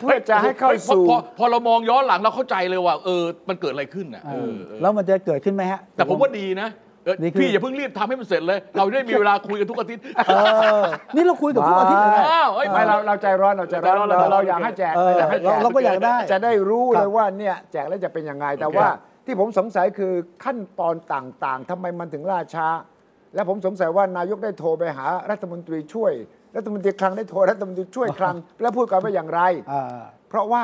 Speaker 2: เพื่อจะให้เข้าสู่
Speaker 3: พอพอพอเรามองย้อนหลังเราเข้าใจเลยว่า เออ มันเกิดอะไรขึ้นอ่ะเออเออ
Speaker 1: แล้วมันจะเกิดขึ้นไหมฮะ
Speaker 3: แต่ผมว่าดีนะเออ
Speaker 1: นี่คือ
Speaker 3: พี่อย่าเพิ่งรีบทำให้มันเสร็จเลย เราได้มีเวลาคุยกันทุกอาทิตย์
Speaker 1: เออนี่เราคุยกับทุกอาทิตย์เลยนะ
Speaker 3: อ้าวเอ้ย
Speaker 2: ไม่เราเราใจร้อนเราใจร้อน
Speaker 3: เราใจร้
Speaker 2: เรา
Speaker 3: อน
Speaker 2: เราอยากให้แจก
Speaker 1: เออ
Speaker 2: เราอยากให้แจก
Speaker 1: เราเราก็อยากได้
Speaker 2: จะได้รู้
Speaker 1: ครับ
Speaker 2: เลยว่าเนี่ยแจกแล้วจะเป็นยังไง แต่ว่าที่ผมสงสัยคือขั้นตอนต่างๆทำไมมันถึงล่าช้า และผมสงสัยว่านายกได้โทรไปหารัฐมนตรีช่วย รัฐมนตรีคลังได้โทรรัฐมนตรีช่วยค [laughs] ลัง แล้วพูดกันว่าอย่างไร
Speaker 1: อ่า
Speaker 2: เพราะว่า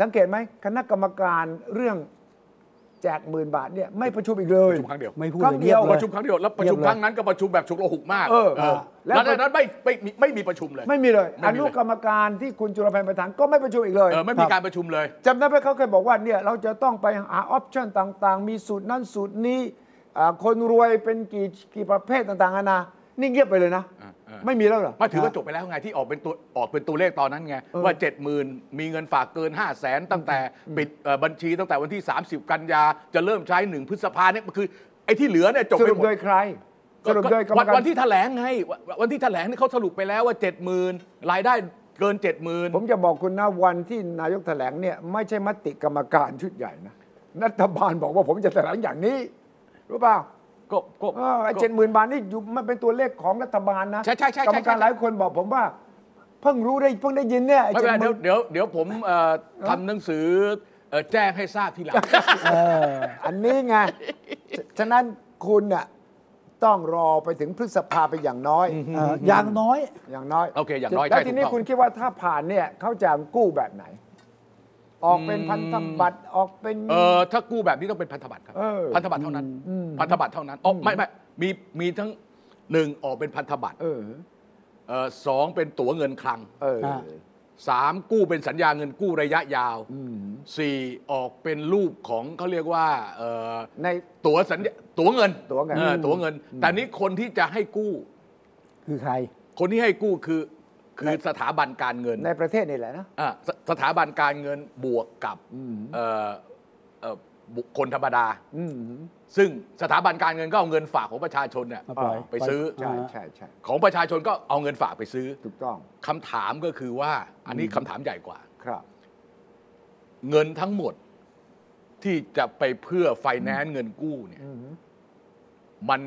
Speaker 2: สังเกตไหมคณะกรรมการเรื่อง แจกหมื่นบาทเนี่ยไม่ประชุมอีกเลย
Speaker 3: ประชุมครั้งเดียว
Speaker 1: ไม่พูด
Speaker 2: ครั้งเดียว
Speaker 1: ล
Speaker 3: ป
Speaker 1: งีบล
Speaker 3: ระชุมครั้งเดียวแล้วประชุม
Speaker 1: เงียบเลย
Speaker 3: ครั้งนั้นก็ประชุมแบบฉุกละหุกมาก
Speaker 2: เออ
Speaker 3: เออ
Speaker 2: แล้
Speaker 3: แล้ว วจากนั้นไม่ไม่มีไม่มีประชุมเลย
Speaker 2: ไม่มีเลย
Speaker 3: ไม่มีเลย
Speaker 2: อนุกรรมการที่คุณจุลพันธ์ประธานก็ไม่ประชุมอีกเลย
Speaker 3: เออไม่มีการประชุมเลย
Speaker 2: จำได้ไหมเขาเคยบอกว่าเนี่ยเราจะต้องไปหาออปชั่นต่างๆ มีสูตรนั่นสูตรนี้อ่าคนรวยเป็นกี่กี่ประเภทต่างๆนานานี่เงียบไปเลยนะ
Speaker 3: อ่าอ่า
Speaker 2: ไม่มีแล้วเหรอ
Speaker 3: มาถือว่าจบไปแล้วไงที่ออกเป็นตัวออกเป็นตัวเลขตอนนั้นไง
Speaker 2: เออ
Speaker 3: ว่า 7 0,000 มีเงินฝากเกิน 5 0 0แสนตั้งแต่ปิดเอ่อบัญชีตั้งแต่วันที่ 30 กันยาจะเริ่มใช้ 1 พฤษภาเนี่ยมันคือ ไอ้ที่เหลือเนี่ยจบ
Speaker 2: ส
Speaker 3: ไป
Speaker 2: รุป
Speaker 3: หมด
Speaker 2: โดยใครสรุปโดยกรรม
Speaker 3: วัน
Speaker 2: การ
Speaker 3: วันที่แถลงไงวันวันที่แถลงเนี่ยเขาสรุปไปแล้วว่า 70,000 รายได้เกิน 70,000
Speaker 2: ผมจะบอกคุณนะวันที่นายกแถลงเนี่ยไม่ใช่มติกรรมการชุดใหญ่นะรัฐบาลบอกว่าผมจะแถลงอย่างนี้รู้เปล่า
Speaker 3: ก็ก็
Speaker 2: เออไอ้
Speaker 3: ก็
Speaker 2: เจ็ดหมื่นบาทนี่อยู่มันเป็นตัวเลขของรัฐบาลนะ
Speaker 3: ใช่ใช่ใช่
Speaker 2: กร
Speaker 3: ใช่
Speaker 2: รมการหลายคนบอกผมว่า เพิ่งรู้ได้เพิ่งได้ยินเนี่ยไอ้
Speaker 3: ไม่
Speaker 2: เจ็ด
Speaker 3: เป็นไร
Speaker 2: หมื่
Speaker 3: เดี๋ยวน เดี๋ยวเดี๋ยวผมเอ่อทำหนังสือเอ่อแจ้งให้ทราบ
Speaker 2: [laughs]
Speaker 3: ทีหลัง
Speaker 1: เออ
Speaker 2: อันนี้ไงฉะฉะนั้นคุณน่ะต้องรอไปถึงพฤษภาไปอย่างน้อย
Speaker 1: เอ่ออย่างน้อย
Speaker 2: อย่างน้อย
Speaker 3: โอเคอย่างน้อย
Speaker 2: แล้ว
Speaker 3: ใช่
Speaker 2: ทีนี้
Speaker 3: ถูกต้อง
Speaker 2: คุณคิดว่าถ้าผ่านเนี่ยเขาจะกู้แบบไหน ออกเป็นพันธบัตรออกเป็น
Speaker 3: เออถ้ากู้แบบนี้ต้องเป็นพันธบัตรครับ
Speaker 2: เออ
Speaker 3: พันธบัตรเท่านั้น พันธบัตรเท่านั้นอ๋อไม่ไม่มีมีทั้งหนึ่งออกเป็นพันธบัตร
Speaker 2: เออ
Speaker 3: เออสองเป็นตั๋วเงินคลัง
Speaker 2: เออ
Speaker 1: อ่ะ
Speaker 3: สามกู้เป็นสัญญาเงินกู้ระยะยาวสี่ออกเป็นรูปของเขาเรียกว่าเออ
Speaker 2: ใน
Speaker 3: ตั๋วสัญญาตั๋วเงิน
Speaker 2: ตั๋วเงิน
Speaker 3: ออตั๋วเงิน แต่นี้คนที่จะให้กู้
Speaker 1: คือใคร
Speaker 3: คนที่ให้กู้คือคือสถาบันการเงิน
Speaker 2: ในประเทศนี่แหละนะ
Speaker 3: อ่ะสสถาบันการเงินบวกกับเอ่อเอ่อบุคคลธรรมดา ซึ่งสถาบันการเงินก็เอาเงินฝากของประชาชนเนี่ย
Speaker 1: มาปล่อย
Speaker 3: ไปซื้อ
Speaker 1: ปล่
Speaker 2: ใช่
Speaker 1: อย
Speaker 2: ใช่ใช่
Speaker 3: ของประชาชนก็เอาเงินฝากไปซื้อ
Speaker 2: ถูกต้อง
Speaker 3: คำถามก็คือว่า อันนี้คำถามใหญ่กว่า
Speaker 2: ครับ
Speaker 3: เงินทั้งหมดที่จะไปเพื่อไฟแนนซ์เงินกู้เนี่ยมัน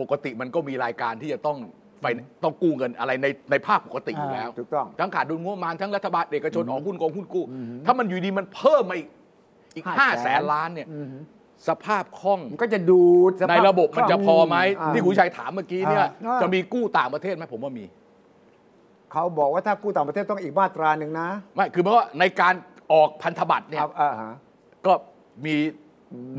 Speaker 3: ปกติมันก็มีรายการที่จะต้องไฟต้องกู้เงินอะไรในในภาพปกติอยู่แล้ว
Speaker 2: ถูกต้อง
Speaker 3: ทั้งขาดดุลงบประมาณทั้งรัฐบาลเอกชนออกหุ้นกองหุ้นกู้ ถ้ามันอยู่ดีมันเพิ่มมาอีกอีกห้า
Speaker 2: 500,000
Speaker 3: แสนล้านเนี่ย สภาพคล่อง
Speaker 2: มันก็จะดูดสภาพ
Speaker 3: ในระบบมันจะพอไหม
Speaker 2: คล่ง
Speaker 3: ที่คุณชัยถามเมื่อกี้เนี่ย
Speaker 2: า
Speaker 3: จะมีกู้ต่างประเทศไหมผมว่ามี
Speaker 2: เขาบอกว่าถ้ากู้ต่างประเทศต้องอีกมาตราหนึ่งนะ
Speaker 3: ไม่คือเพราะว่าในการออกพันธบัตรเนี่ย
Speaker 2: ครับอ่าฮะ
Speaker 3: ก็มี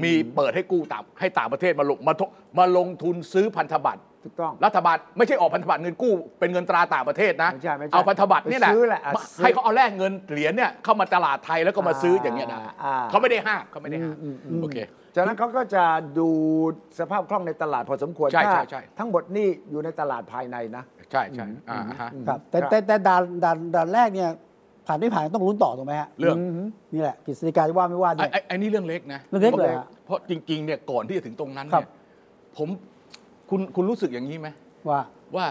Speaker 3: มีเปิดให้กู้ต่างให้ต่างประเทศมาลงมาทดมาลงทุนซื้อพันธบัตร
Speaker 2: ถูกต้อง
Speaker 3: รัฐบาลไม่ใช่ออกพันธบัตรเงินกู้เป็นเงินตราต่างประเทศนะ
Speaker 2: ไม่ใช่ไม่ใช่
Speaker 3: เอาพันธบัตรเนี่ยแหละ
Speaker 2: ไปซื้อแหละอ่ะ
Speaker 3: มา
Speaker 2: ซื้อ
Speaker 3: ให้เขาเอาแลกเงินเหรียญเนี่ยเข้ามาตลาดไทยแล้วก็มาซื้ออย่างเงี้ยนะ
Speaker 2: อ่า
Speaker 3: เขาไม่ได้ห้ามเขาไม่ได้ห้ามโอเค
Speaker 2: จากนั้นเขาก็จะดูดสภาพคล่องในตลาดพอสมควร
Speaker 3: ใช่ใช่
Speaker 2: ถ้า
Speaker 3: ใช่
Speaker 2: ทั้งหมดนี่อยู่ในตลาดภายในนะ
Speaker 3: ใช่ใช่อ่าฮะ
Speaker 1: ครับแต่
Speaker 2: ครับ
Speaker 1: แต่แต่ด่านด่านด่านแรกเนี่ยผ่านไม่ผ่านต้องลุ้นต่อถูกไหมฮะ
Speaker 3: เรื่อง
Speaker 1: นี่แหละกฤษฎีกาจะว่าไม่ว่า
Speaker 3: ไอ้
Speaker 1: เนี่ย
Speaker 3: ไอ้ไอ้นี่เรื่องเล็กนะ
Speaker 1: เรื่องเล็ก
Speaker 3: พาะ
Speaker 1: เลยอะ
Speaker 3: เพราะจริงๆเนี่ยก่อนที่จะถึงตรงนั้น
Speaker 1: ครั
Speaker 3: เนี่
Speaker 1: บ
Speaker 3: ยผมคุณคุณรู้สึกอย่างนี้ไหม
Speaker 1: ว่า
Speaker 3: ว่า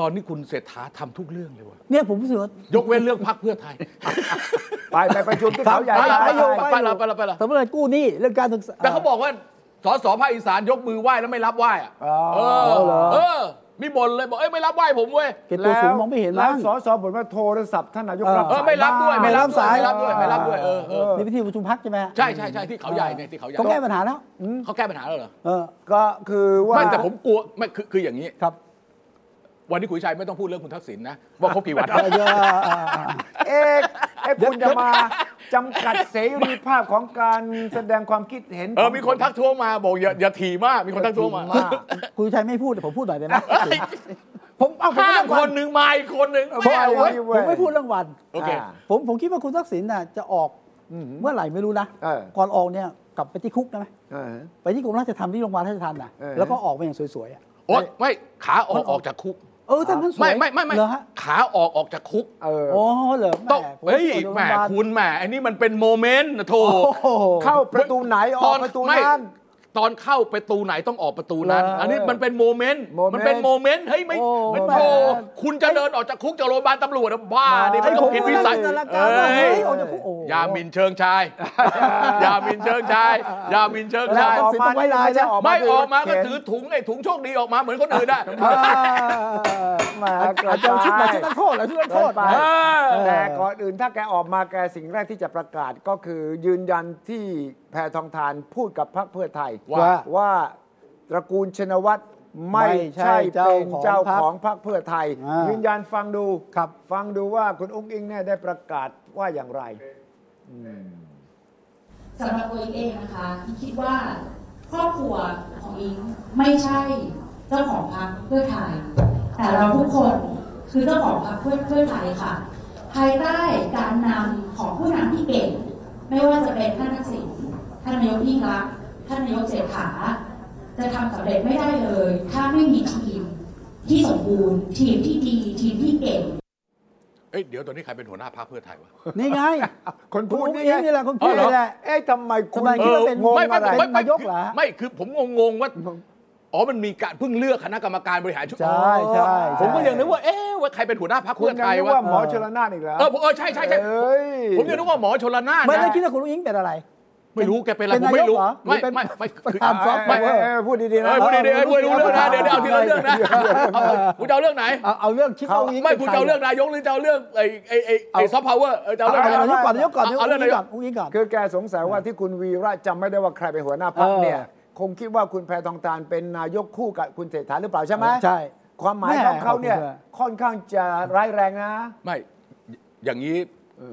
Speaker 3: ตอนนี้คุณเศรษฐาทำทุกเรื่องเลยว่ะ
Speaker 1: เนี่ยผมรู้สึกว่าย
Speaker 3: กเว้นเรื่องพรรคเพื่อไทย [laughs]
Speaker 2: ไปไปประชุมที่เขาใหญ่
Speaker 3: ไปละ
Speaker 2: ไป
Speaker 3: ไปละ
Speaker 2: อยู่
Speaker 3: ไปละไปละไปละ
Speaker 1: สำหรับกู้หนี้เรื่องการศึกษา
Speaker 3: แต่เขาบอกว่าสสภาคอีสานยกมือไหว้แล้วไม่รับไหว้อะ
Speaker 1: อ๋อ
Speaker 3: เออ
Speaker 1: เหรอ
Speaker 3: เออ มีบ่นเลยบอกเอ้ยไม่รับไหว้ผมเว้ย
Speaker 1: เกตตัวสูงมองไม่เห็น
Speaker 2: แล้
Speaker 1: มั้
Speaker 2: ว
Speaker 1: ง
Speaker 2: สสบ่นว่าโทรศัพท์ท่านนายก
Speaker 1: เออ
Speaker 2: รับ
Speaker 3: เออไม่รับด้วย
Speaker 2: บ้าง
Speaker 3: ไม่รับ
Speaker 1: สาย
Speaker 3: ไม่รับด้วยไม่รับด้วยเออเออ
Speaker 1: นี่พิธีประชุมพักใช่ไหมฮะ
Speaker 3: ใช่ใช่ใช่ที่เขาใหญ่เนี่ยที่เขาใหญ่
Speaker 1: ต้องแก้ปัญหาแล้ว
Speaker 3: เขาแก้ปัญหาแล้วเหรอ
Speaker 1: เออ
Speaker 2: ก็คือว่า
Speaker 3: ไม่แต่ผมกลัวไม่คือคืออย่างนี้
Speaker 1: ครับ
Speaker 3: วันนี้คุณชัยไม่ต้องพูดเรื่องคุณทักษิณนะว่าครบกี่วัน
Speaker 1: [laughs] เออเยอะอ่าอ่า
Speaker 2: เอกไอ้คุณจะมาจำกัดเสรีภาพของการแสดงความคิดเห็น
Speaker 3: เออมีคนทักท้วงมาบอกอย่าอย่าถี่มากมีคนทักท้วงมา
Speaker 1: คุณชัยไม่พูดเดี๋ยวผมพูดหน่อยได้ไหม
Speaker 3: เฮ้ย
Speaker 1: ผมเอาผม
Speaker 3: ห้า
Speaker 1: เรื่อง
Speaker 3: ค
Speaker 1: วัน น
Speaker 3: หนึ่งมาอีกคนหนึ่ง
Speaker 2: เพ
Speaker 3: ไม่
Speaker 2: ราะอะ
Speaker 3: เอา
Speaker 2: ไรวะ
Speaker 3: เว้ย
Speaker 1: ผมไม่พูดเรื่องวัน
Speaker 3: โอเค
Speaker 2: า
Speaker 1: ผมผมคิดว่าคุณทักษิณน่ะจะออกเมื่อไหร่ไม่รู้นะ
Speaker 2: เออ
Speaker 1: ก่อนออกเนี่ยกลับไปที่คุกได้ไหม
Speaker 2: เออ
Speaker 1: ไปที่กรมราชธรรมที่โรงพยาบาลราชธรรมน่ะ
Speaker 2: เออ
Speaker 1: แล้วก็ออกมาอย่างสวยๆอ่ะ
Speaker 3: โอ๊ยไม่ขาออกออกจากคุก
Speaker 1: เออท่านนั้นสวย
Speaker 3: ไม่ไม่ไม่ไม่
Speaker 1: เหรอฮะ
Speaker 3: ขาออกออกจากคุก
Speaker 2: เออ
Speaker 1: โอ้เหรอแม่
Speaker 3: ต้อง
Speaker 1: ผม
Speaker 3: เฮ้ย
Speaker 1: ตรวจโรงพ
Speaker 3: แหม
Speaker 1: ยาบาล
Speaker 3: คุณแหมอันนี้มันเป็นโมเมนต์นะโถ
Speaker 1: โอ้โห
Speaker 2: เข้าประตูไหนออกประตู
Speaker 3: ไม่
Speaker 2: นั้น
Speaker 3: ตอนเข้าประตูไหนต้องออกประตูนั้น
Speaker 1: เอออั
Speaker 3: อันนี้มันเป็นโมเมนต์
Speaker 2: โมเมนต์
Speaker 3: มันเป็นโมเมนต์เฮ้ยไม่
Speaker 1: โอ้
Speaker 3: ไม่
Speaker 1: แม่
Speaker 3: โทคุณจะเดินออกจากคุกจากโรงพยาบาลตำรวจอะบ้านี่มัน
Speaker 1: ไอ้
Speaker 3: ก็
Speaker 1: ผม
Speaker 3: ผิดวิสัย
Speaker 1: กำลังจินตนาการว่าเฮ้ยอ
Speaker 3: เอ้
Speaker 1: อกจากคุกโอ้
Speaker 3: ยาหมินเชิงชาย
Speaker 1: [laughs]
Speaker 3: ยาหมินเชิงชายยาหมินเชิง
Speaker 2: แล้ว
Speaker 3: ชาย
Speaker 2: ออกมา
Speaker 1: ไม่ได้
Speaker 2: จะออกมา
Speaker 3: ไม่ออกมาก็
Speaker 2: เข็น
Speaker 3: ถือถุงไอ้ถุงโชคดีออกมาเหมือนคนอื่นอะ
Speaker 2: เออแหมาเกิด
Speaker 1: อาจจะเอาชุดไหนชุดนักโทษเหรอชุดนักโทษ
Speaker 2: ไป
Speaker 3: เออ
Speaker 2: แต่ก่อนอื่นถ้าแกออกมาแกสิ่งแรกที่จะประกาศก็คือยืนยันที่แพทองทานพูดกับพรรคเพื่อไทย
Speaker 3: ว่า
Speaker 2: ว่าตระกูลชินวัตรไม่ใช่เป็นเจ้าของพรรคเพื่อไทย
Speaker 1: อ่ายื
Speaker 2: ยืนยันฟังดู
Speaker 1: ครับ
Speaker 2: ฟังดูว่าคุณอุ้งอิงเนี่ยได้ประกาศว่าอย่างไร
Speaker 5: สำหรับตัวอิงเองนะคะอิงคิดว่าครอบครัวของอิงไม่ใช่เจ้าของพรรคเพื่อไทย แต่เราทุกคนคือเจ้าของพรรคเพื่อเพื่อไทยค่ะ ภายใต้การนำของผู้นำที่เก่ง ไม่ว่าจะเป็นท่านทักษิณท่านนายกยิ่งรักษณ์ท่านนายกเศรษฐาจะทำสำเร็จไม่ได้เลย ถ้าไม่มีทีมที่สมบูรณ์ ทีมที่ดีทีมที่เก่ง
Speaker 3: เอ้ยเดี๋ยวตอนนี้ใครเป็นหัวหน้าพรรคเพื่อไทยวะ
Speaker 1: นี่ไง
Speaker 2: คนพูด
Speaker 1: คุณ
Speaker 2: นี่
Speaker 1: อุ๊งอิ๊งนี่แหละคุณพูด
Speaker 3: อ๋อเหรอ
Speaker 1: นี่แหละ
Speaker 2: เอ๊ะทำไมคุณ
Speaker 1: ทำไมคิดว่าเป็น
Speaker 2: งงอะไร
Speaker 1: เป็นนายกเหรอ
Speaker 3: ไม่คือผมงงๆว่าอ๋อมันมีการเพิ่งเลือกคณะกรรมการบริหารชุด
Speaker 1: ใช่ใช่ใช่
Speaker 3: ผมก็ยังนึกว่าเอ๊ะว่าใครเป็นหัวหน้าพรรค
Speaker 2: คุณ
Speaker 3: เพื่อ
Speaker 2: ยั
Speaker 3: ไท
Speaker 2: ง
Speaker 3: ย
Speaker 2: นึก
Speaker 3: วะ
Speaker 2: ว่าหมอชลนานอีกแล้ว
Speaker 3: เออผมเออใช่ใช่ใช่
Speaker 2: เอ้ย
Speaker 3: ผมยังนึกว่าหมอชนละนาน
Speaker 1: ไม่ได้
Speaker 3: นะ
Speaker 1: คิดว่าคุณอุ้งอิงเป็นอะไร
Speaker 3: ไม่รู้แกเป็นอะไร
Speaker 1: เป็น
Speaker 3: ผ
Speaker 1: นาม ยก
Speaker 3: ไม่รู้
Speaker 1: เหรอ
Speaker 3: ไม่ไม่ไม่คือ
Speaker 1: ถามซอฟต์แวร์
Speaker 2: เออพูดดีๆนะ
Speaker 3: เอ้ยพูดดีๆเอ้ยพูดดีๆรู้เรื่องนะเดี๋ยวเดี๋ยวเอาทีละเรื่องนะเอาเอาคุณจะเอาเรื่องไหน
Speaker 1: เอาเอาเรื่องคิดว่าอุ้งอิง
Speaker 3: ไม่
Speaker 1: ป็น
Speaker 3: คุณ
Speaker 1: ใร
Speaker 3: จะเอาเรื่องนายกหรือจะเอาเรื่องไอ้ไอ้ไอ้ไอ้ซอฟต์พาวเวอร์เออจะเอา
Speaker 1: เอา
Speaker 3: เรื่องไหน
Speaker 1: นายกก่อนนายกก่อน
Speaker 3: เอาเรื่องนายก
Speaker 1: อุ้งอิงก่อน
Speaker 2: คือแกสงสัยว่าที่คุณวีระจำไม่ได้ว่าใครเป็นหัวหน้าพัก
Speaker 1: เออ
Speaker 2: เนี่ย คงคิดว่าคุณแพทองทานเป็นนายกคู่กับคุณเศรษฐาหรือเปล่าใช่ไหม
Speaker 1: ใช่
Speaker 2: ความหมายของเขาเนี่ย
Speaker 1: แม่ขอบคุณด้วย
Speaker 2: ค่อนข้างจะร้ายแรงนะ
Speaker 3: ไม่อย่างนี้